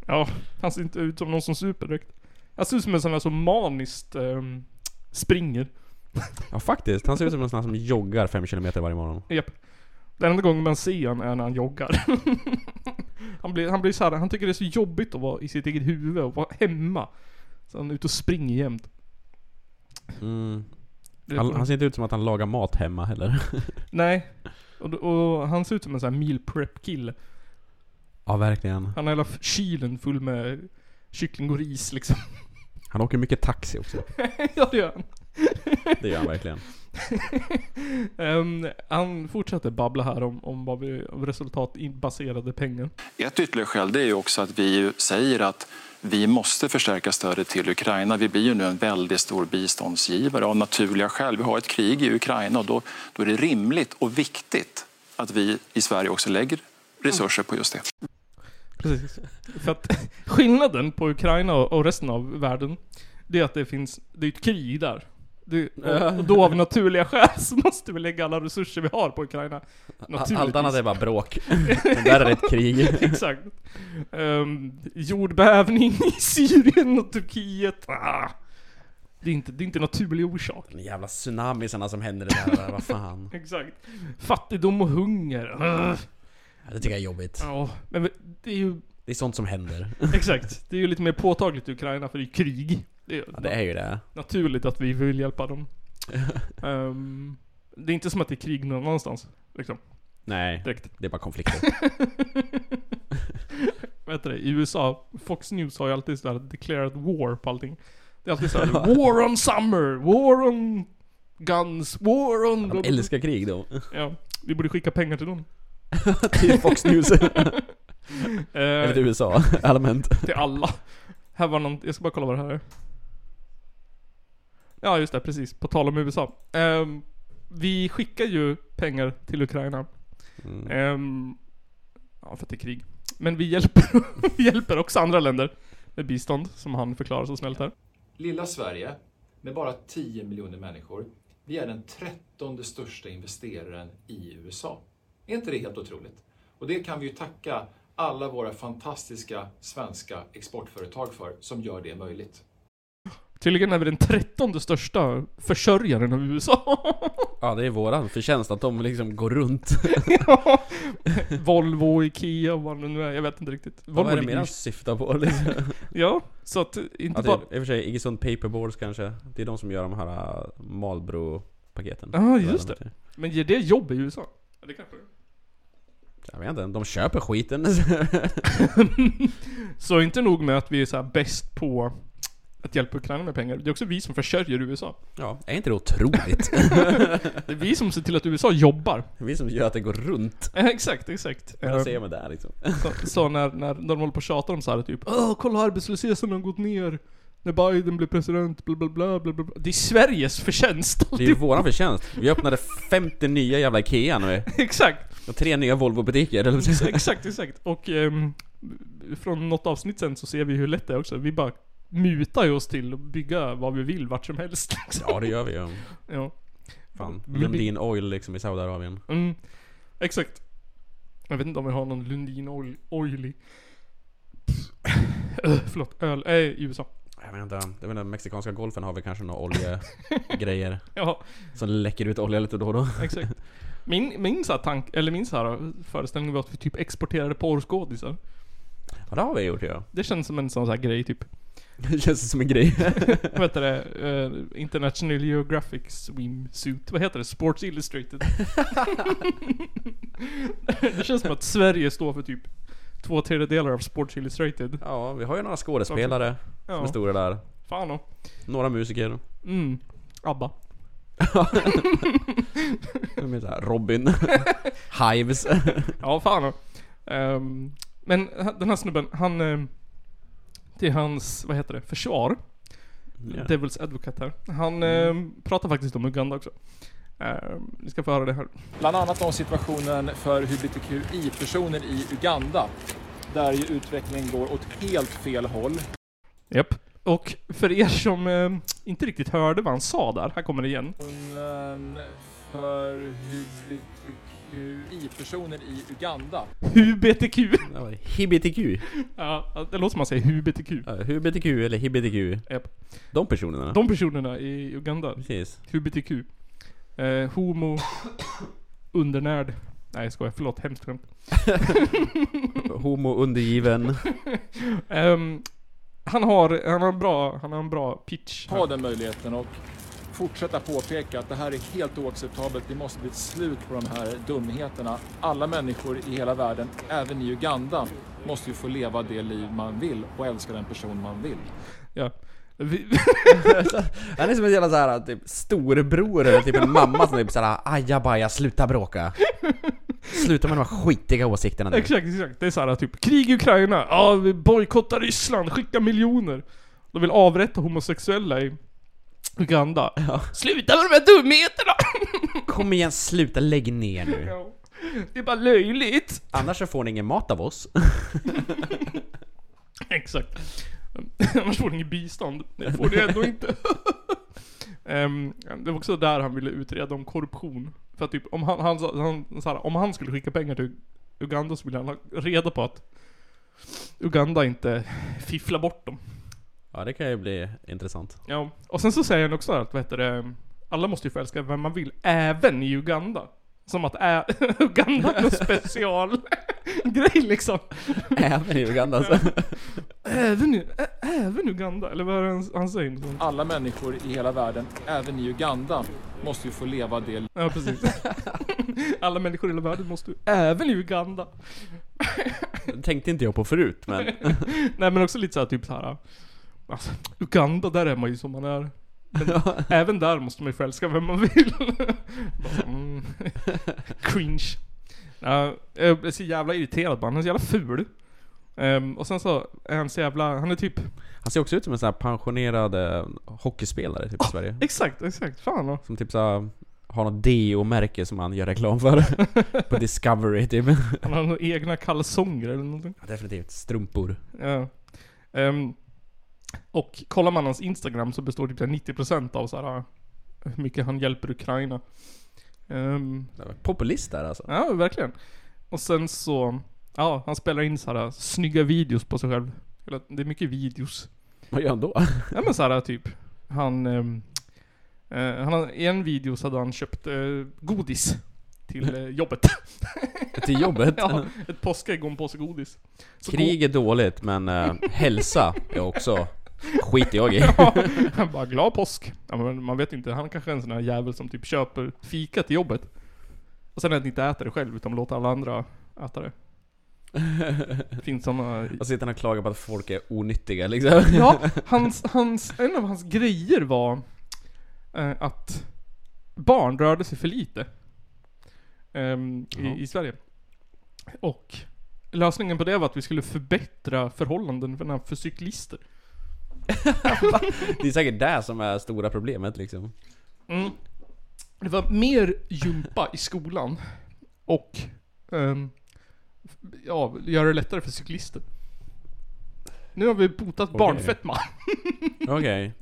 A: Ja, han ser inte ut som någon som super direkt. Han ser ut som en sån här som maniskt ehm, springer.
B: Ja faktiskt, han ser ut som en sån här som joggar 5 km varje morgon.
A: Japp. Den enda gången man ser han är när han joggar. han blir, han blir så här, han tycker det är så jobbigt att vara i sitt eget huvud och vara hemma. Så han är ute och springer jämt.
B: Mm.
A: Det-
B: Han, han ser inte ut som att han lagar mat hemma heller.
A: Nej. Och, och han ser ut som en sån här meal prep kille.
B: Ja verkligen.
A: Han har hela f- kylen full med kyckling och ris liksom.
B: Han åker mycket taxi också.
A: ja det gör han.
B: Det gör han verkligen.
A: Ehm, han fortsätter babbla här om, om vad vi, om resultatbaserade pengar.
H: Ett ytterligare skäl det är ju också att vi ju säger att vi måste förstärka stödet till Ukraina. Vi blir ju nu en väldigt stor biståndsgivare av naturliga skäl. Vi har ett krig i Ukraina och då, då är det rimligt och viktigt att vi i Sverige också lägger resurser på just det.
A: Precis. För att skillnaden på Ukraina och och resten av världen, det är att det finns, det är ett krig där. Det, och, och då av naturliga skäl så måste vi lägga alla resurser vi har på Ukraina.
B: Allt annat är bara bråk. Men där är det ett krig.
A: Exakt. Ehm, jordbävning i Syrien och Turkiet. Ah. Det är inte, det är inte naturlig orsak.
B: Den jävla tsunamisarna som händer där, där, vad fan.
A: Exakt. Fattigdom och hunger. Ah.
B: Ja, Det tycker jag är jobbigt.
A: Ja, men det är ju...
B: Det är sånt som händer.
A: Exakt. Det är ju lite mer påtagligt i Ukraina för det är krig. Det är, ju
B: Ja, det är ju det.
A: naturligt att vi vill hjälpa dem. Ehm, det är inte som att det är krig någon annanstans. Liksom,
B: Nej,
A: direkt.
B: det är bara konflikter.
A: Vad heter det? I USA, Fox News har ju alltid sådär declared war på allting. Det är alltid såhär War on summer, war on guns, war on...
B: De älskar krig då.
A: Ja, vi borde skicka pengar till dem.
B: Till Fox News.
A: Eh,
B: Eller till USA, allmänt.
A: till alla. Här var någon, jag ska bara kolla vad det här är. Ja just det, precis. På tal om USA. Ehm, vi skickar ju pengar till Ukraina.
B: Mm.
A: Ehm, ja, för att det är krig. Men vi hjälper, vi hjälper också andra länder med bistånd, som han förklarar så snällt här.
G: Lilla Sverige, med bara 10 miljoner människor, vi är den trettonde största investeraren i USA. Är inte det helt otroligt? Och det kan vi ju tacka alla våra fantastiska svenska exportföretag för, som gör det möjligt.
A: Tydligen är vi den trettonde största försörjaren av USA.
B: Ja, det är våran förtjänst att de liksom går runt.
A: Ja. Volvo, Ikea, vad det nu är. Jag vet inte riktigt.
B: Vad
A: Volvo
B: är det
A: ligger
B: mer
A: ju-
B: de syftar på liksom?
A: Ja, så att inte
B: Ja,
A: bara...
B: typ, I och för sig, Iggesund Paperboards kanske. Det är de som gör de här äh, Marlboro-paketen.
A: Ja, just
B: Eller vad de heter.
A: Men ger det jobb i USA? Ja, det kanske
B: Jag vet inte, de köper skiten.
A: Så inte nog med att vi är så här bäst på att hjälpa Ukraina med pengar. Det är också vi som försörjer USA.
B: ja, är inte det otroligt?
A: Det är vi som ser till att USA jobbar.
B: Vi som gör att det går runt.
A: Eh, exakt, exakt.
B: Vad
A: Eh,
B: ser man där liksom?
A: så så när, när, när de håller på och tjatar om så här typ Åh, kolla arbetslösheten har gått ner. när Biden blev president, bla bla bla bla bla. bla. Det är Sveriges förtjänst.
B: Det är ju våran förtjänst. Vi öppnade 50 nya jävla IKEA nu.
A: Exakt.
B: Och tre nya Volvo-butiker. eller vad man ska säga.
A: exakt, exakt. Och ehm, från något avsnitt sen så ser vi hur lätt det är också. Vi bara mutar ju oss till att bygga vad vi vill vart som helst. Liksom.
B: Ja, det gör vi ju.
A: Ja.
B: Fan. Lundin Oil liksom i Saudiarabien.
A: Mm, exakt. Jag vet inte om vi har någon Lundin Oil, Oily. Öh, Förlåt, öl. Äh, i USA.
B: Jag vet inte. Jag vet inte, mexikanska golfen har väl kanske några oljegrejer.
A: Ja,
B: Som läcker ut olja lite då och då.
A: exakt. Min, min så här tank, eller min så här föreställning var att vi typ exporterade porrskådisar.
B: Ja, det har vi gjort ju. Ja.
A: Det känns som en sån här grej typ.
B: Det känns som en grej.
A: Vad heter det? Eh, International Geographic Swimsuit. Vad heter det? Sports Illustrated. det känns som att Sverige står för typ två tredjedelar av Sports Illustrated.
B: Ja, vi har ju några skådespelare som är
A: Ja,
B: stora där.
A: fan och.
B: Några musiker.
A: Mm. ABBA.
B: De är så här Robin. Hives.
A: Ja, fan och. Ehm, Men ha- den här snubben, han... ehm, Till hans, vad heter det, försvar.
B: Ja.
A: Devil's Advocate här. Han ehm, pratar faktiskt om Uganda också. Ehm, Ni ska få höra det här.
G: Bland annat om situationen för hbtqi-personer i Uganda, där ju utvecklingen går åt helt fel håll.
A: Japp. Och för er som eh, inte riktigt hörde vad han sa där, här kommer det igen.
G: Situationen för hbtqi-personer i Uganda.
A: HBTQ.
B: Ja, HBTQ.
A: ja, det låter som man säger HBTQ.
B: Ja, HBTQ eller HBTQ.
A: Japp.
B: De personerna.
A: De personerna i Uganda,
B: Precis.
A: HBTQ. Eh, homo, undernärd. Nej jag skojar, förlåt. Hemskt skämt.
B: Homo undergiven.
A: Ehm, han har, han har en bra, han har en bra pitch.
G: Ta den möjligheten och fortsätta påpeka att det här är helt oacceptabelt. Det måste bli ett slut på de här dumheterna. Alla människor i hela världen, även i Uganda, måste ju få leva det liv man vill och älska den person man vill.
A: Ja. Vi,
B: Han är som en jävla såhär typ storbror eller typ en mamma som typ såhär ajabaja sluta bråka. Sluta med de här skitiga åsikterna nu.
A: Exakt, exakt. Det är såhär typ, krig i Ukraina, ja vi bojkottar Ryssland, skicka miljoner. De vill avrätta homosexuella i Uganda. Sluta med de här dumheterna!
B: Kom igen sluta lägg ner nu.
A: Ja. Det är bara löjligt.
B: Annars så får ni ingen mat av oss.
A: Exakt. Annars får ni inget bistånd. Det får ni ändå inte. Ehm, det var också där han ville utreda om korruption. För att typ, om han, han, sa- han, så här, om han skulle skicka pengar till Uganda så ville han ha reda på att Uganda inte fifflar bort dem.
B: Ja det kan ju bli intressant.
A: Ja, och sen så säger han också att, vad heter det, alla måste ju få älska vem man vill, även i Uganda. Som att ä- Uganda är en special grej liksom.
B: Även i Uganda alltså.
A: Även, i- ä- även Uganda, eller vad är det han, han säger? Liksom.
G: Alla människor i hela världen, även i Uganda, måste ju få leva det
A: Ja, precis. Alla människor i hela världen måste ju, även i Uganda.
B: Tänkte inte jag på förut men.
A: Nej men också lite såhär typ såhär, alltså, Uganda, där är man ju som man är. Men även där måste man ju få älska vem man vill. Bara så, mm. Cringe. Ja, jag blir så jävla irriterad på honom. Han är så jävla ful. Ehm, och sen så är han så jävla, han är typ,
B: Han ser också ut som en sån här pensionerad eh, hockeyspelare typ i Sverige.
A: exakt, exakt, fan och.
B: Som typ såhär har något DO-märke som han gör reklam för. på Discovery typ.
A: Han har några egna kalsonger eller någonting.
B: Ja, definitivt. Strumpor.
A: Ja. Ehm, och kollar man hans Instagram så består typ så här 90% av såhär, hur mycket han hjälper Ukraina. Ehm,
B: Populist där alltså.
A: Ja, verkligen. Och sen så, ja, han spelar in så här ah, snygga videos på sig själv. Eller, Det är mycket videos.
B: Vad gör han då?
A: Ja men så här typ, han, ehm, eh, han, har- i en video så hade han köpt eh, godis till eh, jobbet.
B: Till jobbet?
A: ja, ett påskägg och en påse godis. Så
B: Krig är dåligt men eh, hälsa är också skiter jag i.
A: Ja, han bara 'Glad påsk' ja, men Man vet inte, han kanske är en sån här jävel som typ köper fika till jobbet. Och sen att inte äter det själv utan låter alla andra äta det. Finns såna
B: Och sitter han och klagar på att folk är onyttiga liksom.
A: Ja, hans, hans, en av hans grejer var eh, att barn rörde sig för lite ehm,
B: Ja.
A: i, i Sverige. Och lösningen på det var att vi skulle förbättra förhållanden för, för cyklister.
B: Det är säkert det som är stora problemet liksom.
A: Mm. Det var mer gympa i skolan. Och... ehm, ja, göra det lättare för cyklister. Nu har vi botat barnfetma.
B: Okej.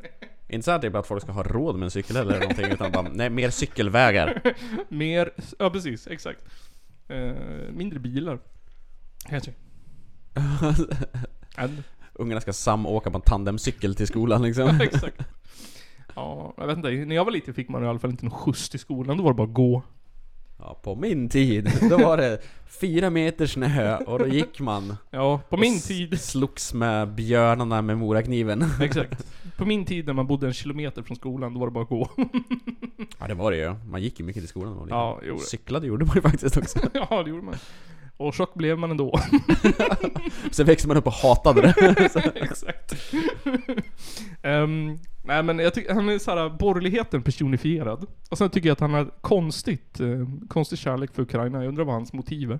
B: Inte så här typ att folk ska ha råd med en cykel heller eller någonting utan bara, nej mer cykelvägar.
A: Mer... Ja, precis. Exakt. Eh, mindre bilar. Kanske. Än.
B: Ungarna ska samåka på en tandemcykel till skolan liksom.
A: Exakt. Ja, jag vet inte. När jag var liten fick man i alla fall inte någon skjuts till skolan. Då var det bara att gå.
B: Ja, på min tid, då var det fyra meter snö och då gick man.
A: Ja, på min tid.
B: Slogs med björnarna med morakniven.
A: Exakt. På min tid när man bodde en kilometer från skolan, då var det bara att gå.
B: Ja det var det ju. Man gick ju mycket till skolan när man var
A: Ja,
B: liten.
A: jo det.
B: Cyklade gjorde man ju faktiskt också.
A: ja, det gjorde man. Och tjock blev man ändå.
B: Sen växte man upp och hatade det. Så-
A: Exakt. Ehm, nej men jag tycker, han är såhär borgerligheten personifierad. Och sen tycker jag att han har konstigt, eh, konstig kärlek för Ukraina. Jag undrar vad hans motiv är.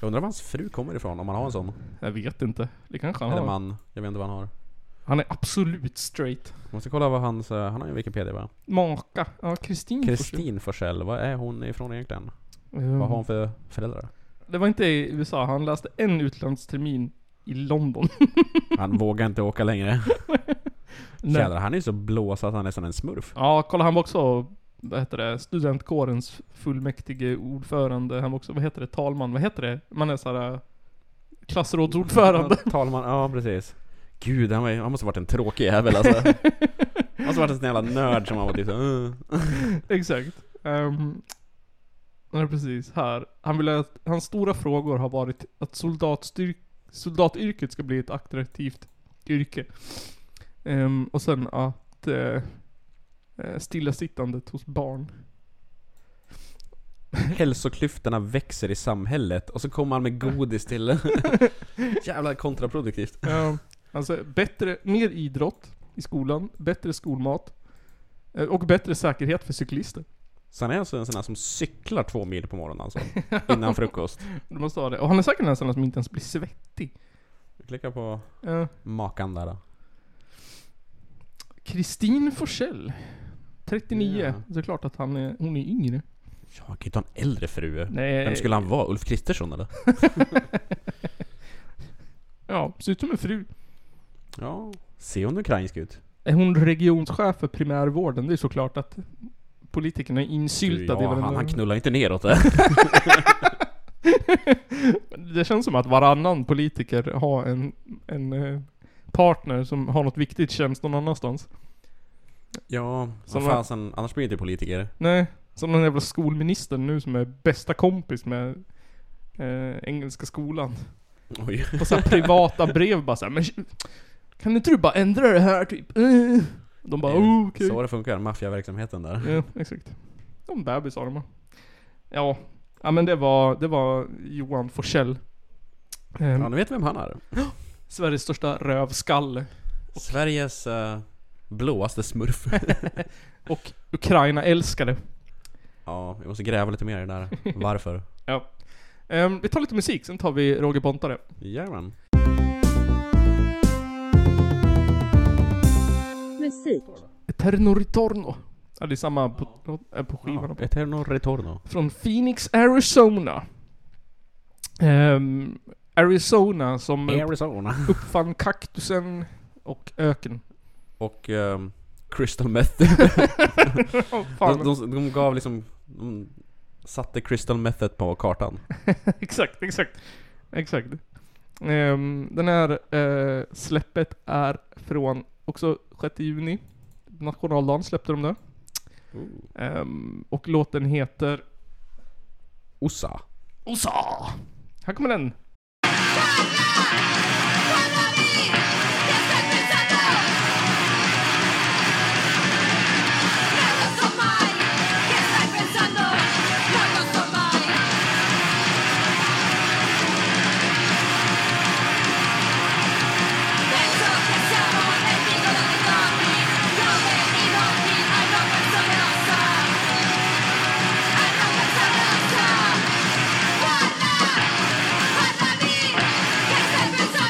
B: Jag undrar var hans fru kommer ifrån, om han har en sån.
A: Jag vet inte. Det kanske han
B: Eller
A: har.
B: man. Jag vet inte vad han har.
A: Han är absolut straight.
B: Jag måste kolla vad hans, eh, han har ju en Wikipedia va?
A: Mm, Maka. Ja, Kristin.
B: Kristin Forsell, var är hon ifrån egentligen?
A: Ehm,
B: Vad har hon för föräldrar?
A: Det var inte i USA. Han läste en utlandstermin i London.
B: Han vågar inte åka längre.
A: Nej.
B: Jävlar, han är ju så blå så att han är nästan en smurf.
A: Ja, kolla han var också, vad heter det, studentkårens fullmäktige ordförande. Han var också, vad heter det, talman, vad heter det? Man är såhär klassrådsordförande.
B: Talman, ja precis. Gud, han, var, ju- han måste ha varit en tråkig jävel alltså. Han måste ha varit en sån jävla nörd som han var typ såhär, "Ugh."
A: Exakt. Um, nej, precis. Här. Han vill att, hans stora frågor har varit att soldatstyr, soldatyrket ska bli ett attraktivt yrke. Ehm, och sen att eh, eh, stillasittandet hos barn.
B: Hälsoklyftorna växer i samhället och så kommer han med godis till... Jävla kontraproduktivt.
A: Ja, alltså bättre, mer idrott i skolan, bättre skolmat eh, och bättre säkerhet för cyklister.
B: Så han är alltså en sån här som cyklar två mil på morgonen alltså. Innan frukost.
A: Du måste ha det. Och han är säkert en sån som inte ens blir svettig.
B: Klicka på
A: Eh,
B: makan där. då.
A: Kristin Forsell. 39.
B: Ja.
A: Så det är klart att han är, hon är yngre.
B: Ja, han kan ju inte ha en äldre fru.
A: Nej.
B: Vem skulle han vara? Ulf Kristersson eller?
A: Ja, ser ut som en fru.
B: Ja. Ser hon ukrainsk ut?
A: Är hon regionschef för primärvården? Det är såklart att politikerna är insyltade i
B: ja, han,
A: varandra.
B: han knullar inte neråt där.
A: Det känns som att varannan politiker har en, en eh, partner som har något viktigt tjänst någon annanstans.
B: ja,
A: Som
B: som fasen, annars blir det inte politiker.
A: Nej, som den jävla skolministern nu som är bästa kompis med eh, Engelska skolan.
B: Oj.
A: Och så här privata brev bara så här, men kan inte du bara ändra det här typ? Eh. De bara oh, okej. Mm.
B: Så det funkar, maffiaverksamheten där.
A: Ja, exakt. De bebisar de har. Ja. ja, men det var, det var Johan Forsell. Ehm,
B: Ja, ni vet vem han är?
A: Sveriges största rövskalle.
B: Sveriges eh, blåaste smurf.
A: Och Ukraina älskade.
B: ja, vi måste gräva lite mer i det där. Varför?
A: Ja. Ehm, vi tar lite musik, sen tar vi Roger Pontare.
B: Jajamän.
D: Musik.
A: Eterno Ritorno. Ja, det är samma på, eh, på skivan.
B: Eterno retorno.
A: Från Phoenix, Arizona. Ehm, Mm. Arizona som
B: Arizona.
A: uppfann kaktusen och öken.
B: Och ehm, crystal meth.
A: Åh, fan.
B: De, de, de gav liksom... De satte crystal methet på kartan.
A: exakt, exakt. Exakt. Ehm, den här eh, släppet är från också 6 juni. Nationaldagen släppte de det. Ehm, och låten heter
B: Ossa.
A: Osa. Här kommer den.
I: Para mí, que se pensó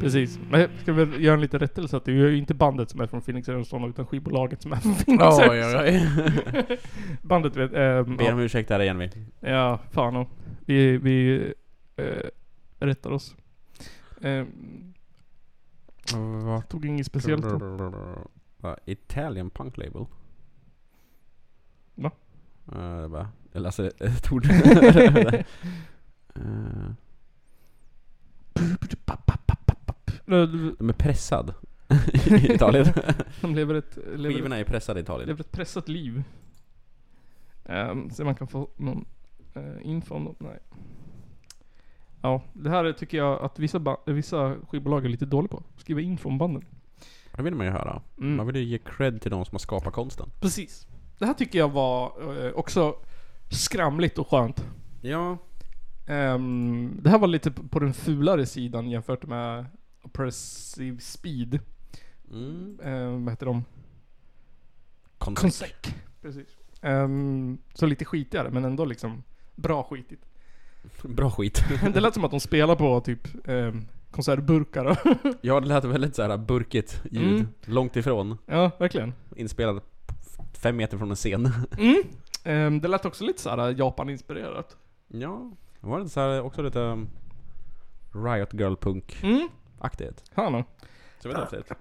A: Precis. Men jag ska väl göra en liten rättelse att det är ju inte bandet som är från Phoenix Arizona utan skivbolaget som är från Phoenix
I: Ja,
A: Arizona.
I: ja, ja.
A: Bandet vet... ehm,
B: Ber om ursäkt där igen vi.
A: Ja, fan om. Vi, vi eh, rättar oss. Eh, tog inget speciellt då.
B: Va? Italian Punk Label?
A: Va?
B: Eh, va? Jag läser ett ord. Eh,
A: Nej, du-
B: De är pressad i Italien.
A: De lever ett, lever,
B: Skivorna är pressade i Italien.
A: lever ett pressat liv. Eh, så man kan få någon eh, info om dem. Nej. Ja, det här tycker jag att vissa, ba- vissa skivbolag är lite dåliga på. Skriva info om banden.
B: Det vill man ju höra.
A: Mm.
B: Man vill ju ge cred till de som har skapat konsten.
A: Precis. Det här tycker jag var eh, också skramligt och skönt.
B: Ja.
A: Ehm, det här var lite p- på den fulare sidan jämfört med Oppressive Speed.
B: Mm.
A: Ehm, vad heter de?
B: Konsek.
A: Consec. Precis. Ehm, så lite skitigare men ändå liksom bra skitigt.
B: Bra skit.
A: Det lät som att de spelar på typ ehm, konservburkar och
B: Ja, det lät väldigt så här burkigt ljud.
A: Mm.
B: Långt ifrån.
A: Ja, verkligen.
B: Inspelad fem meter från en scen.
A: Ehm, det lät också lite såhär Japan-inspirerat.
B: Ja. Var det så här också lite um, Riot Girl Punk-aktigt?
A: Mm, Hano.
B: Så det var häftigt.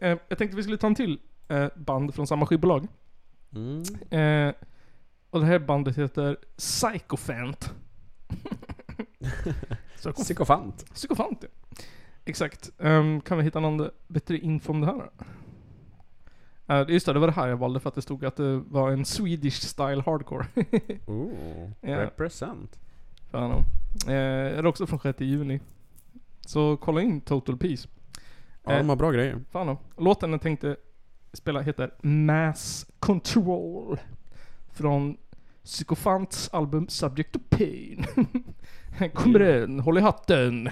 A: Ehm, jag tänkte vi skulle ta en till eh, band från samma skivbolag.
B: Mm.
A: Ehm, och det här bandet heter Psychophant. Psychophant.
B: Psykofant.
A: Psykofant ja. Exakt. Ehm, kan vi hitta någon bättre info om det här? Eh, just det, det var det här jag valde för att det stod att det var en Swedish style hardcore.
B: Ooh.
A: Ja.
B: Represent.
A: Fan om. Eh, är också från 6 juni. Så kolla in Total Peace.
B: Ja, de har bra grejer.
A: Fan om. Låten jag tänkte spela heter Mass Control. Från Psykofants album Subject to Pain. Här kommer den, håll i hatten.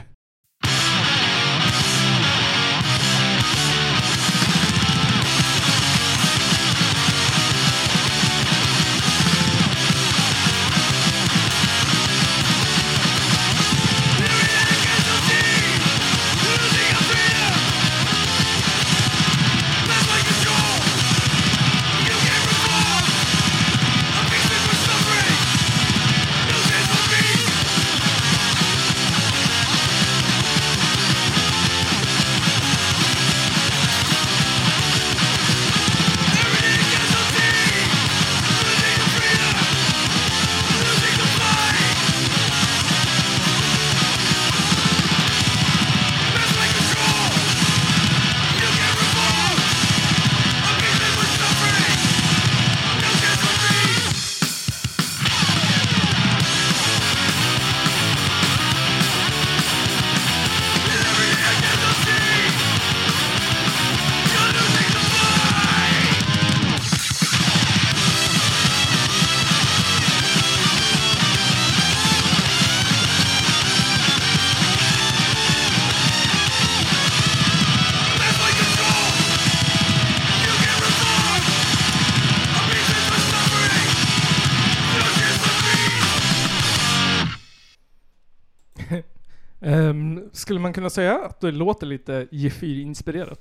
A: Ehm, skulle man kunna säga att det låter lite G4-inspirerat?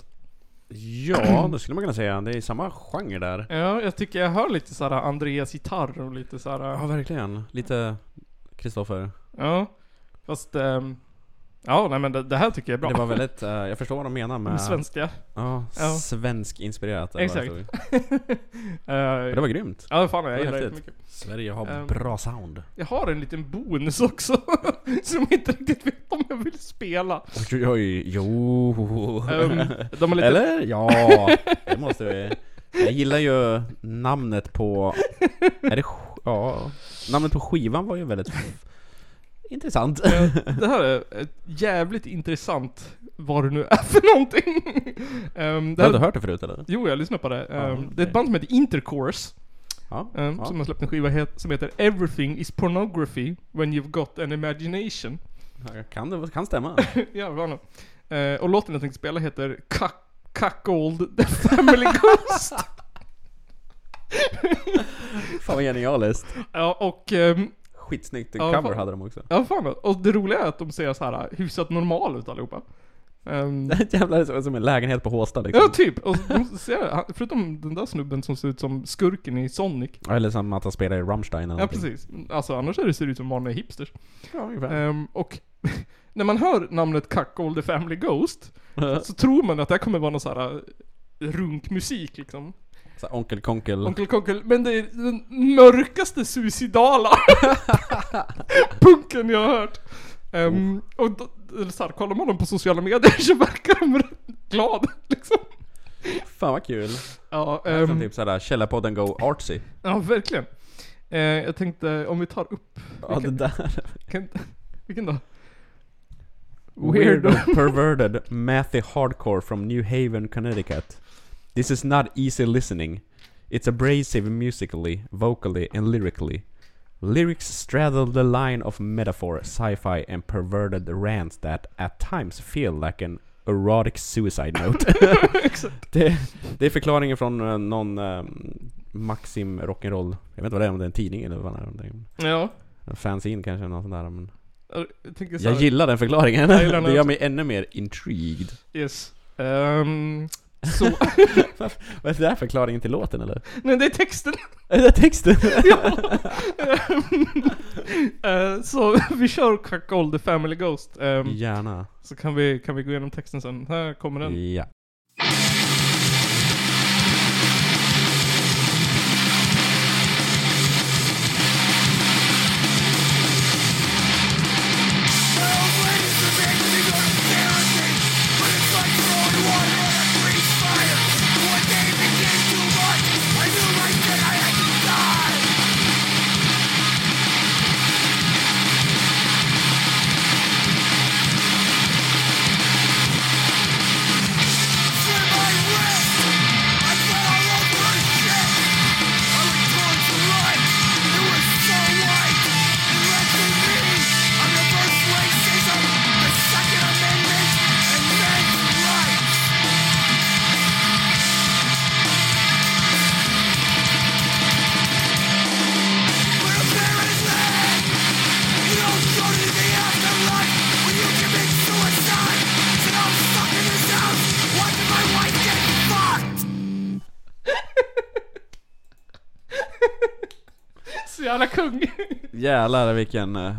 B: Ja, det skulle man kunna säga. Det är samma genre där.
A: Ja, jag tycker jag hör lite såhär Andreas gitarr och lite äh,
B: Ja,
A: såhär...
B: verkligen. Lite Kristoffer.
A: Ja. Fast... ehm, ja, nej men det, det här tycker jag är bra.
B: Det var väldigt, eh, jag förstår vad de menar
A: De
B: med...
A: svenska.
B: Ja,
A: Ja.
B: svensk inspirerat.
A: Exakt.
B: Det var,
A: Eh,
B: Men det var grymt.
A: Äh, Ja, fan jag
B: det var
A: gillar det
B: häftigt.
A: mycket.
B: Sverige har
A: Ehm.
B: bra sound.
A: Jag har en liten bonus också. som jag inte riktigt vet om jag vill spela.
B: Oj, oj, oj. Jo.
A: Ehm, de har lite...
B: Eller? Ja, det måste vi. Jag gillar ju namnet på... Är det... sk- Ja. Namnet på skivan var ju väldigt... Intressant.
A: Eh, det här är ett jävligt intressant vad det nu är för någonting. Ehm, det
B: Har du
A: här,
B: hört det förut eller?
A: jo, jag lyssnar på det. Ehm,
B: Ja,
A: Det är ett band som heter Intercourse.
B: Ja.
A: ehm,
B: ja.
A: Som har släppt en skiva het- som heter 'Everything is pornography when you've got an imagination'
B: Kan, det, kan stämma.
A: Ja, vad nu. Eh, och låten jag tänkte spela heter Cuck- Cuckold the Family Ghost.
B: Fan vad genialiskt.
A: ja, och ehm,
B: Skitsnyggt
A: Ja,
B: cover
A: fan.
B: hade de också.
A: Ja fan, och det roliga är att de ser så här hyfsat normal ut allihopa. Ehm,
B: Jävlar, det är som en lägenhet på Håsta liksom.
A: ja typ, och de ser, han- förutom den där snubben som ser ut som skurken i Sonic.
B: Ja, Eller som att han spelar i Rammstein eller
A: Ja
B: någonting.
A: precis, alltså annars ser det ser det ut som vanliga hipsters.
B: Ja, ungefär.
A: Ehm, och när man hör namnet Cuckold the Family Ghost, så tror man att det här kommer vara någon så här eh, runkmusik liksom.
B: Så här, Onkel Konkel.
A: Onkel Konkel, men det är den mörkaste suicidala punken jag har hört. Ehm, och då, eller så här, kollar man dem på sociala medier så verkar de rätt glada liksom.
B: Fan vad kul.
A: Ja,
B: Som
A: ehm,
B: typ såhär, Källarpodden Go Artsy.
A: ja verkligen. Eh, jag tänkte om vi tar upp,
B: Ja det där.
A: kan, vilken då?
B: Weirdo perverted mathy hardcore from New Haven, Connecticut. This is not easy listening. It's abrasive musically, vocally and lyrically. Lyrics straddle the line of metaphor, sci-fi and perverted rants that at times feel like an erotic suicide note. det, det är förklaringen från eh, någon eh, Maxim Rock'n'Roll. Jag vet inte vad det är, om det är en tidning eller vad det är. om det är
A: Ja.
B: en Fanzine kanske, något sånt där. Men...
A: Jag tänker så
B: Jag
A: här,
B: gillar den förklaringen.
A: Jag gillar den
B: Det gör
A: också.
B: mig ännu mer intrigued.
A: yes. Ehm, så,
B: Vad är det där förklaringen till låten eller?
A: nej det är texten.
B: Är det där texten?
A: ja. Eh, så vi kör Cuckold the Family Ghost. ehm,
B: Gärna.
A: Så kan vi, kan vi gå igenom texten sen. Här kommer den.
B: Ja.
A: Så jävla kung.
B: Jävlar vilken... eh,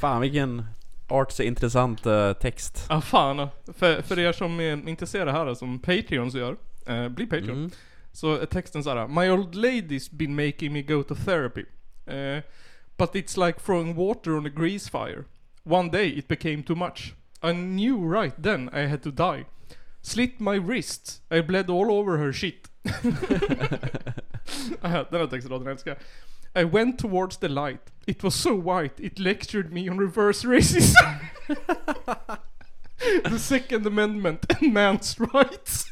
B: Fan vilken artsy intressant eh, text.
A: ja fan. För, för er som är intresserade här, som Patreons gör. Eh, bli Patreon.
B: Mm.
A: Så är texten så här. My old lady's been making me go to therapy. Eh, but it's like throwing water on a grease fire. One day it became too much. I knew right then I had to die. Slit my wrists. I bled all over her shit. Ah, Den här textraden älskar jag. I went towards the light. It was so white, it lectured me on reverse racism. the second amendment and man's rights.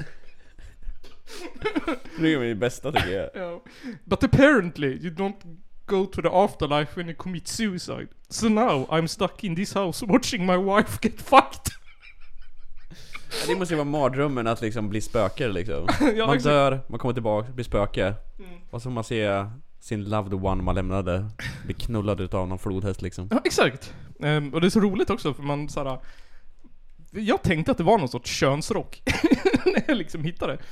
B: Det är min bästa tycker jag.
A: Yeah. But apparently, you don't go to the afterlife when you commit suicide. So now I'm stuck in this house watching my wife get fucked.
B: Det måste ju vara mardrömmen att liksom bli spöke liksom.
A: Ja,
B: Man
A: exakt. Mm.
B: dör, man kommer tillbaka, blir spöke. Och så får man se sin loved one man lämnade bli knullad utav någon flodhäst liksom.
A: Ja, exakt. Ehm, och det är så roligt också för man såhär... Jag tänkte att det var någon sorts könsrock. När jag liksom hittade det.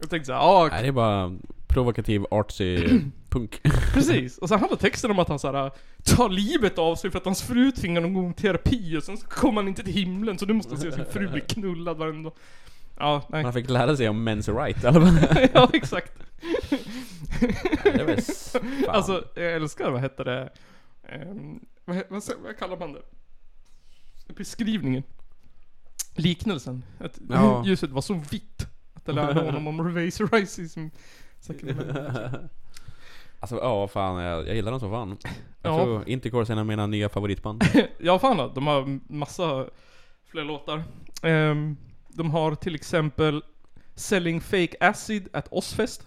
A: Jag tänkte ah, såhär, ja
B: Nej det är bara provokativ artsy punk.
A: precis. Och sen handlar texten om att han såhär tar livet av sig för att hans fru tvingar honom gå i terapi och sen så kommer han inte till himlen så nu måste han se sin fru bli knullad varenda dag. Ja, nej.
B: Man fick lära sig om men's right i alla fall.
A: ja, exakt.
B: Det var s- fan.
A: Alltså, jag älskar, vad hette det? Ehm, vad, he- vad, sä- vad kallar man det? Beskrivningen. Liknelsen. Att
B: Ja.
A: ljuset var så vitt. Att det lärde honom om reverse racism. Säkert, men-
B: Alltså ja, fan jag, jag gillar dem som fan. Jag
A: Ja.
B: tror Intercourse är en av mina nya favoritband.
A: Ja, fan då. De har massa fler låtar. Ehm, de har till exempel Selling Fake Acid at Ozzfest.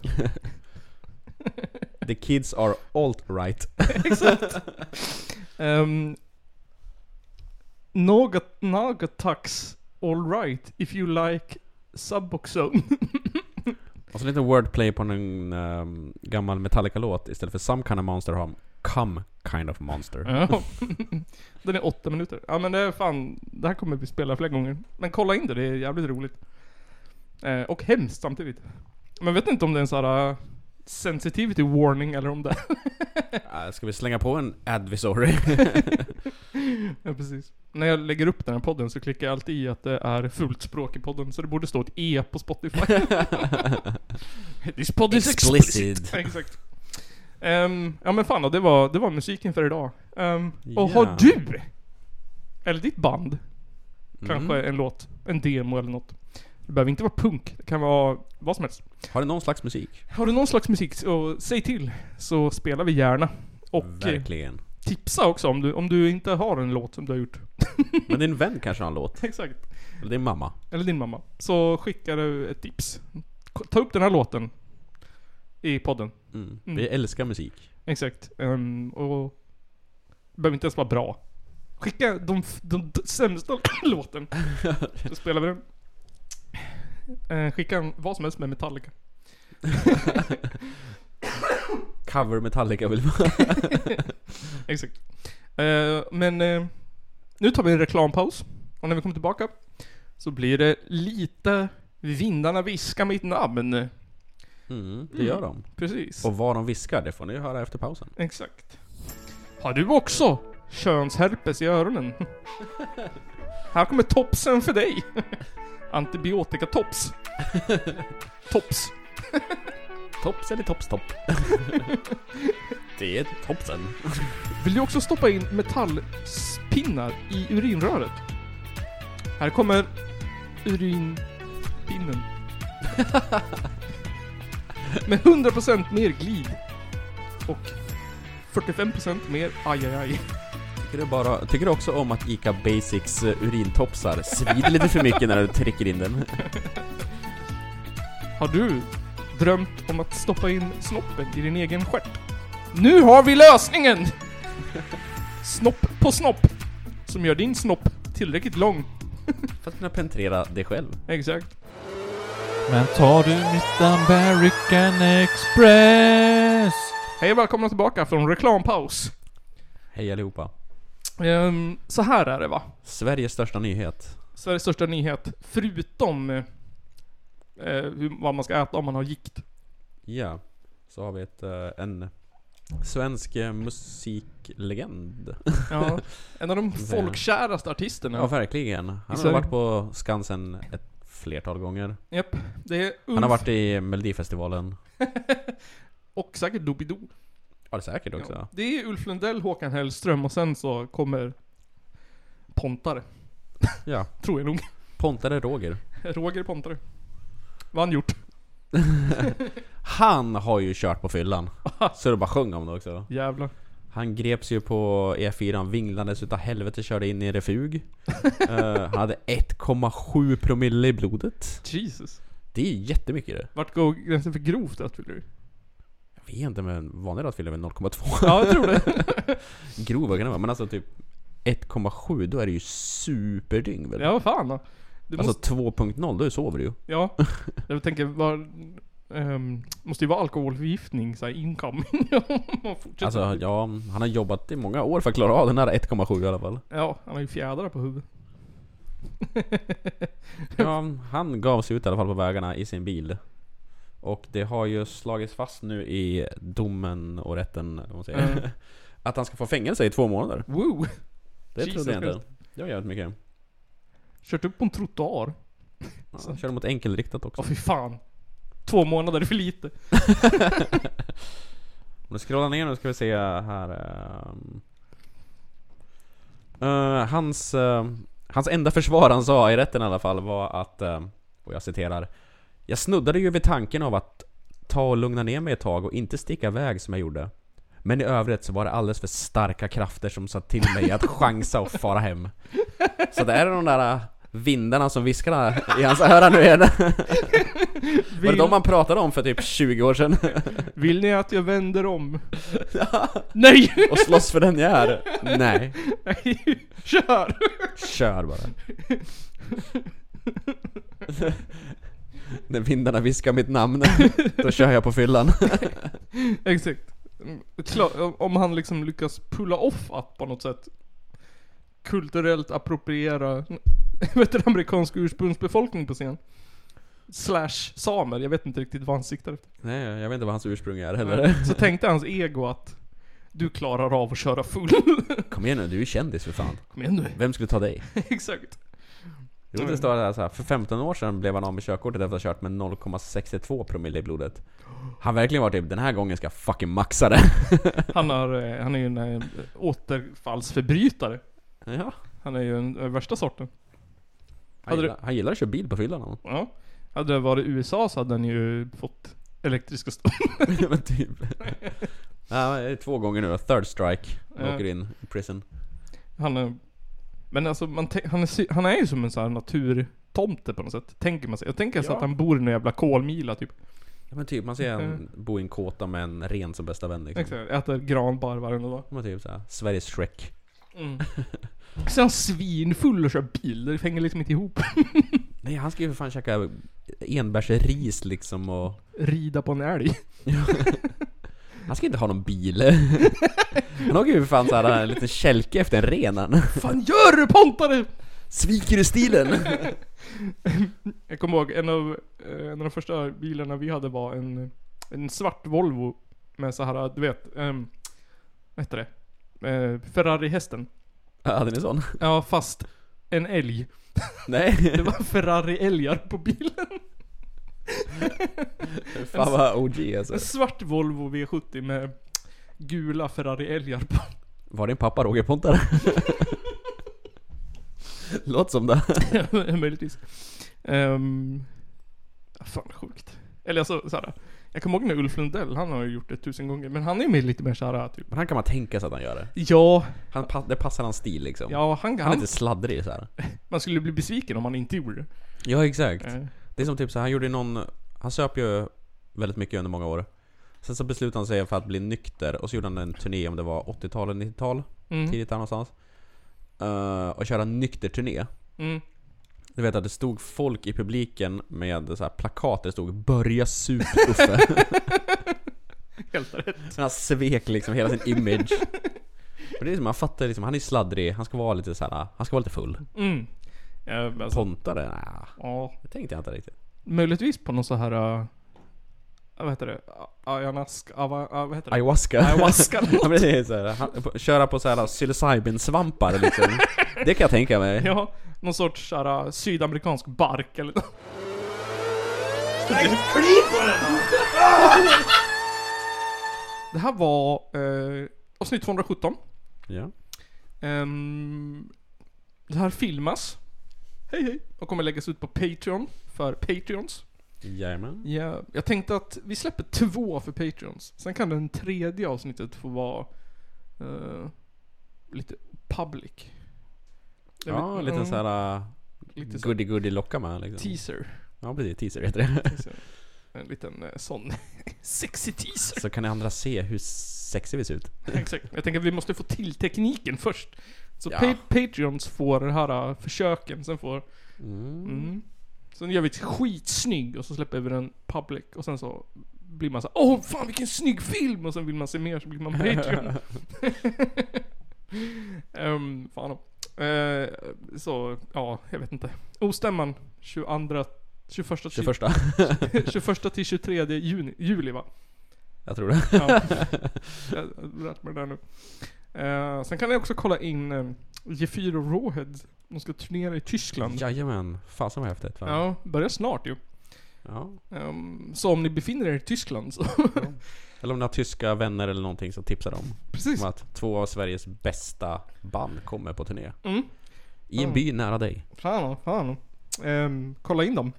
B: The kids are alt-right.
A: Um, Nogat, Nagatax Alright If You Like Subboxone.
B: ehm, Och så lite wordplay på en gammal Metallica-låt istället för Some kind of monster har come kind of monster.
A: Ja. Den är åtta minuter. Ja men det är fan, det här kommer vi spela flera gånger. Men kolla in det, det är jävligt roligt. Eh, och hemskt samtidigt. Men vet inte om det är en sån här eh, sensitivity warning eller om det...
B: Äh, Ska vi slänga på en advisory?
A: ja precis. När jag lägger upp den här podden så klickar jag alltid i att det är fult språk i podden, så det borde stå ett E på Spotify. This pod is explicit.
B: Explicit.
A: Ja, Exakt. Ehm, ja men fan då, det var, det var musiken för idag. Ehm, och
B: Ja.
A: har du, eller ditt band,
B: Mm.
A: kanske en låt, en demo eller något. Det behöver inte vara punk, det kan vara vad som helst.
B: Har du någon slags musik?
A: Har du någon slags musik, så säg till. Så spelar vi gärna. Och eh,
B: Verkligen.
A: tipsa också om du, om du inte har en låt som du har gjort.
B: Men din vän kanske har en låt?
A: Exakt.
B: Eller din mamma?
A: Eller din mamma. Så skickar du ett tips. K- Ta upp den här låten. I podden.
B: Mm. Vi älskar musik.
A: Exakt. Ehm, och... Det behöver inte ens vara bra. Skicka de, f- de, de sämsta låten. Så spelar vi den. Eh, skicka en, vad som helst med Metallica.
B: Cover Metallica vill man.
A: Exakt. Eh, men eh, nu tar vi en reklampaus. Och när vi kommer tillbaka så blir det lite Vindarna viskar mitt namn.
B: Mm, det gör de.
A: Precis.
B: Och vad de viskar, det får ni höra efter pausen.
A: Exakt. Har du också könsherpes i öronen? Här kommer topsen för dig. Antibiotikatops. Tops.
B: Tops eller tops topp? det är topsen.
A: Vill du också stoppa in metallpinnar i urinröret? Här kommer urinpinnen. Med 100% mer glid. Och 45% mer aj, aj, aj.
B: Tycker du, bara, tycker du också om att ICA Basics eh, urintopsar svider lite för mycket när du trycker in den?
A: Har du drömt om att stoppa in snoppen i din egen stjärt? Nu har vi lösningen! Snopp på snopp. Som gör din snopp tillräckligt lång.
B: För att kunna penetrera dig själv.
A: Exakt.
I: Men tar du mitt American Express?
A: Hej och välkomna tillbaka från reklampaus.
B: Hej allihopa.
A: Ehm, så här är det va?
B: Sveriges största nyhet.
A: Sveriges största nyhet, förutom eh, eh, hur, vad man ska äta om man har gikt.
B: Ja. Så har vi ett, eh, en svensk eh, musiklegend.
A: Ja, en av de folkkäraste artisterna.
B: Ja, verkligen. Han har
A: Sverige.
B: varit på Skansen ett flertal gånger.
A: Japp, det är Ulf
B: Han har varit i Melodifestivalen.
A: och säkert Doobidoo.
B: Ja, det är säkert också.
A: Ja, det är Ulf Lundell, Håkan Hellström och sen så kommer Pontare.
B: Ja.
A: Tror jag nog.
B: Pontare Roger.
A: Roger Pontare. Vad har han gjort?
B: Han har ju kört på fyllan. Så det bara sjöng om det också.
A: Jävlar.
B: Han greps ju på E4, vinglandes utav helvete, körde in i en refug. Eh, han hade 1,7 promille i blodet.
A: Jesus.
B: Det är ju jättemycket det.
A: Vart går gränsen för grovt rattfylleri?
B: Jag vet inte men vanlig rattfylla är väl 0,2?
A: Ja, jag tror det.
B: Grova kan det vara, men alltså typ 1,7 då är det ju superdyng väl?
A: Ja, vad fan då. Du
B: Alltså
A: måste,
B: 2.0 då sover du ju.
A: ja. Jag tänker, var, ehm, måste ju vara alkoholförgiftning såhär incoming. Om man fortsätter.
B: Alltså ja, han har jobbat i många år för att klara av den här 1,7 i alla fall.
A: Ja, han har ju fjädrar på huvudet.
B: Ja, han gav sig ut i alla fall på vägarna i sin bil. Och det har ju slagits fast nu i domen och rätten, om man säger.
A: Mm.
B: Att han ska få fängelse i två månader.
A: Woo!
B: Det
A: Jesus
B: trodde jag inte.
A: Christ.
B: Det var jävligt mycket.
A: Kört upp på en trottoar.
B: Ja, han körde mot enkelriktat också.
A: Åh fy fan. Två månader är för lite.
B: Om du scrollar ner nu ska vi se här. ehm. Eh, hans, eh, hans enda försvar han sa i rätten i alla fall var att, eh, och jag citerar. Jag snuddade ju vid tanken av att ta och lugna ner mig ett tag och inte sticka iväg som jag gjorde. Men i övrigt så var det alldeles för starka krafter som sa till mig att chansa och fara hem. Så det är de där eh, vindarna som viskar i hans öra nu igen. Var det de man pratade om för typ 20 år sedan?
A: Vill ni att jag vänder om? Nej!
B: Och slåss för den jag är? Nej.
A: Kör!
B: Kör bara. När vindarna viskar mitt namn, då kör jag på fyllan.
A: Exakt. kla- om han liksom lyckas pulla off att på något sätt kulturellt appropriera veteranamerikansk ursprungsbefolkning på scen. Slash samer, jag vet inte riktigt vad han siktar efter.
B: Nej, jag vet inte vad hans ursprung är heller.
A: Så tänkte hans ego att du klarar av att köra full.
B: Kom igen nu, du är ju kändis för fan.
A: Kom igen nu.
B: Vem skulle ta dig?
A: Exakt.
B: Det var står det här, så här, för 15 år sedan blev han av med körkortet efter att ha kört med 0,62 promille i blodet. Han verkligen var typ, den här gången ska jag fucking maxa det.
A: Han, har, eh, han är ju en eh, återfallsförbrytare.
B: Ja,
A: Han är ju den eh, värsta sorten.
B: han,
A: Hade du-
B: gillar, han gillar att köra bil på fyllan han.
A: Ja. Hade det varit USA så hade han ju fått elektriska stål.
B: Ja, men typ. Ja, men det är två gånger nu då. Third strike.
A: Ja.
B: Ja. Åker in i prison.
A: Han är... Men alltså, man tän- han, är, sy- han är ju som en sån här naturtomte på något sätt. Tänker man sig. Jag tänker så att han bor i en jävla kolmila typ.
B: Ja men typ, man ser
A: Mm.
B: han bo i en kåta med en ren som bästa vän liksom.
A: Exakt. Äter granbar varje dag.
B: Ja, Men typ såhär, Sveriges Shrek.
A: Mm. Sen är han svinfull och kör bil. Det hänger liksom inte ihop.
B: Nej han ska ju för fan käka enbärsris liksom och...
A: Rida på en älg.
B: Han ska inte ha någon bil. han åker ju för fan såhär en liten kälke efter en ren han.
A: fan gör du pontare?
B: Sviker du stilen?
A: Jag kommer ihåg en av, eh, en av de första bilarna vi hade var en, en svart Volvo med så här, du vet, ehm, vad heter det? Eh, Ferrari-hästen.
B: Ja, Hade ni sån?
A: Ja, fast en älg.
B: Nej.
A: Det var Ferrari-älgar på bilen.
B: Fan vad OG alltså.
A: En svart Volvo V70 med gula Ferrari-älgar på.
B: Var din pappa Roger Pontare? Låt som det.
A: Möjligtvis. Um, fan sjukt. Eller alltså såhär. Jag kommer ihåg när Ulf Lundell, han har ju gjort det tusen gånger. Men han är ju lite mer såhär typ.
B: Men han kan man tänka sig att han gör det.
A: Ja,
B: Han, pa- det passar hans stil liksom.
A: ja han,
B: Han är
A: han,
B: lite sladdrig så här.
A: Man skulle bli besviken om han inte gjorde det.
B: Ja exakt.
A: Eh,
B: Det är som typ så här, han gjorde någon... Han söp ju väldigt mycket under många år. Sen så beslutade han sig för att bli nykter och så gjorde han en turné om det var 80-tal eller 90-tal.
A: Mm.
B: Tidigt där någonstans. Eh, och köra en nykter turné.
A: Mm.
B: Du vet att det stod folk i publiken med så här plakat där det stod 'Börja sup Uffe'
A: Helt rätt.
B: Så han svek liksom hela sin image. Och det är som, man fattar liksom, han är sladdrig, han ska vara lite så här, han ska vara lite full.
A: Mm. Ja, men alltså,
B: Pontare? Nah,
A: ja.
B: det tänkte jag inte riktigt.
A: Möjligtvis på någon så här... eh, vad heter det? Ayanask... Ava, ah, vad heter det?
B: Ayahuasca.
A: Ayahuasca.
B: Ja, men det är så här, han, på- köra på såhär psilocybin-svampar liksom. Det kan jag tänka mig.
A: ja, någon sorts så här, eh, sydamerikansk bark eller Det här var eh, avsnitt 217.
B: Ja.
A: Ehm, det här filmas. Hej hej. Och kommer läggas ut på Patreon för Patreons.
B: Jajamän.
A: Ja, jag tänkte att vi släpper två för Patreons. Sen kan den tredje avsnittet få vara eh, lite public. Jag
B: Ja,
A: vet-
B: lite
A: mm,
B: såhär
A: lite så-
B: goodie-goodie locka med liksom.
A: teaser.
B: Ja precis, teaser heter det.
A: teaser. En liten eh, sån sexy teaser.
B: Så kan ni andra se hur sexiga vi ser ut.
A: Exakt. Jag tänker att vi måste få till tekniken först. Så
B: Ja.
A: pa- Patreons får det här eh, försöken, sen får... Mm. Sen gör vi ett skitsnygg och så släpper vi den public och sen så blir man så här, Åh fan vilken snygg film! Och sen vill man se mer så blir man Patreon. um, fan. Eh, så, ja, jag vet inte. Ostämman 22, 21, 21.
B: 21.
A: 21 till 23 juni, juli va?
B: Jag tror det.
A: Ja. Jag har lärt mig det där nu. Eh, sen kan ni också kolla in eh, G4 och Rawhead. De ska turnera i Tyskland.
B: Jajamän. Fasen vad häftigt. fan.
A: Ja, börjar snart ju.
B: Ja.
A: Ehm, så om ni befinner er i Tyskland så...
B: Eller om ni har tyska vänner eller någonting så tipsa dem.
A: Precis.
B: Om att två av Sveriges bästa band kommer på turné.
A: Mm.
B: I en by nära dig.
A: Fan, fan. Ehm, kolla in dem.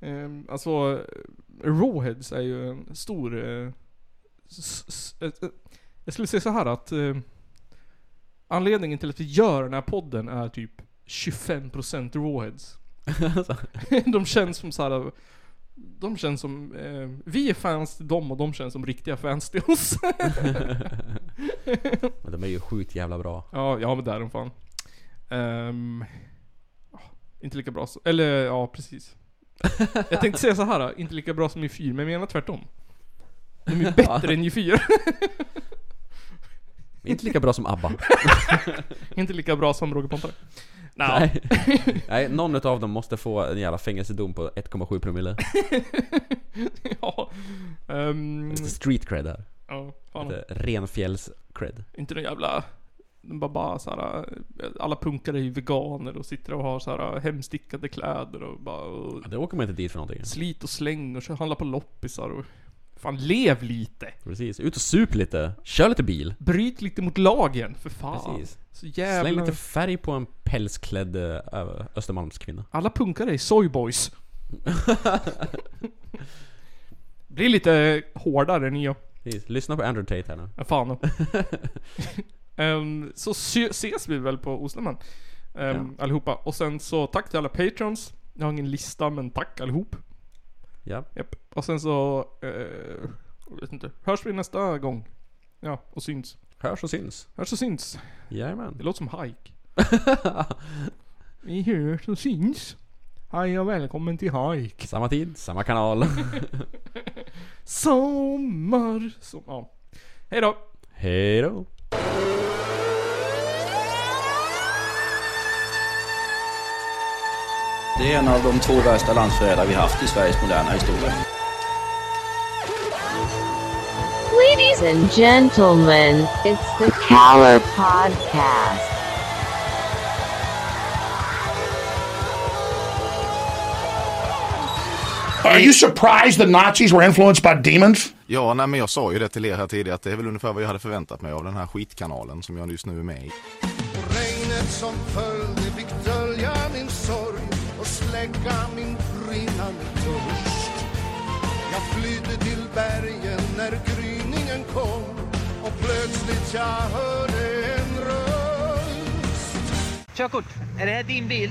A: Um, alltså, eh, Rawheads är ju en stor... eh, s- s- eh, eh, jag skulle säga så här att... eh, anledningen till att vi gör den här podden är typ 25% Rawheads. de känns som så här. De känns som... eh, vi är fans till dem och de känns som riktiga fans till oss.
B: Men de är ju sjukt jävla bra.
A: Ja, ja men där är de fan. Ehm, ja, inte lika bra som, eller ja precis. Jag tänkte säga så här, inte lika bra som i fyr, men jag menar tvärtom. De är bättre än G4.
B: Inte lika bra som ABBA.
A: Inte lika bra som Roger Pontare. Nej.
B: Nej. Nej, någon utav dem måste få en jävla fängelsedom på 1,7 promille.
A: ja. Ehm,
B: Lite street cred här.
A: ja fan.
B: Lite renfjälls cred.
A: Inte den jävla... de Bara, bara så här, eh, alla punkare är ju veganer och sitter och har så här eh, hemstickade kläder och bara... Och
B: Ja, det åker man inte dit för någonting.
A: slit och släng och kö- handlar på loppisar och... Fan, lev lite!
B: Precis. Ut och sup lite. Kör lite bil.
A: Bryt lite mot lagen, för fan.
B: Precis.
A: Så jävla...
B: Släng lite färg på en pälsklädd eh, Östermalmskvinna.
A: Alla punkare är soyboys. Blir lite hårdare än jag.
B: Precis. Lyssna på Andrew Tate här nu.
A: Ja, fan. Ehm, så sy- ses vi väl på Osterman. Um, Allihopa. Och sen så tack till alla patrons. Jag har ingen lista men tack allihop.
B: Ja.
A: Japp. Och sen så... eh, jag vet inte. Hörs vi nästa gång. Ja, och syns.
B: Hörs och syns.
A: Hörs och syns. Det
B: Jajamän.
A: låter som hike. vi hörs och syns. Hej och välkommen till hike.
B: Samma tid, samma kanal.
A: Sommar. Som, ja. Hej då.
B: Hej då.
J: Det är en av de två värsta landsförrädare vi haft i Sveriges moderna historia.
D: Ladies and gentlemen, it's the Caller Podcast.
C: Are you surprised the Nazis were influenced by demons?
K: Ja, nej, men jag sa ju det till er här tidigare att det är väl ungefär vad jag hade förväntat mig av den här skitkanalen som jag just nu är med i.
C: Regnet som föll, det fick dölja min sorg och släcka min brinnande törst. Jag flydde till bergen när gryningen kom och plötsligt jag hörde en röst.
D: Körkort, är det här din bil?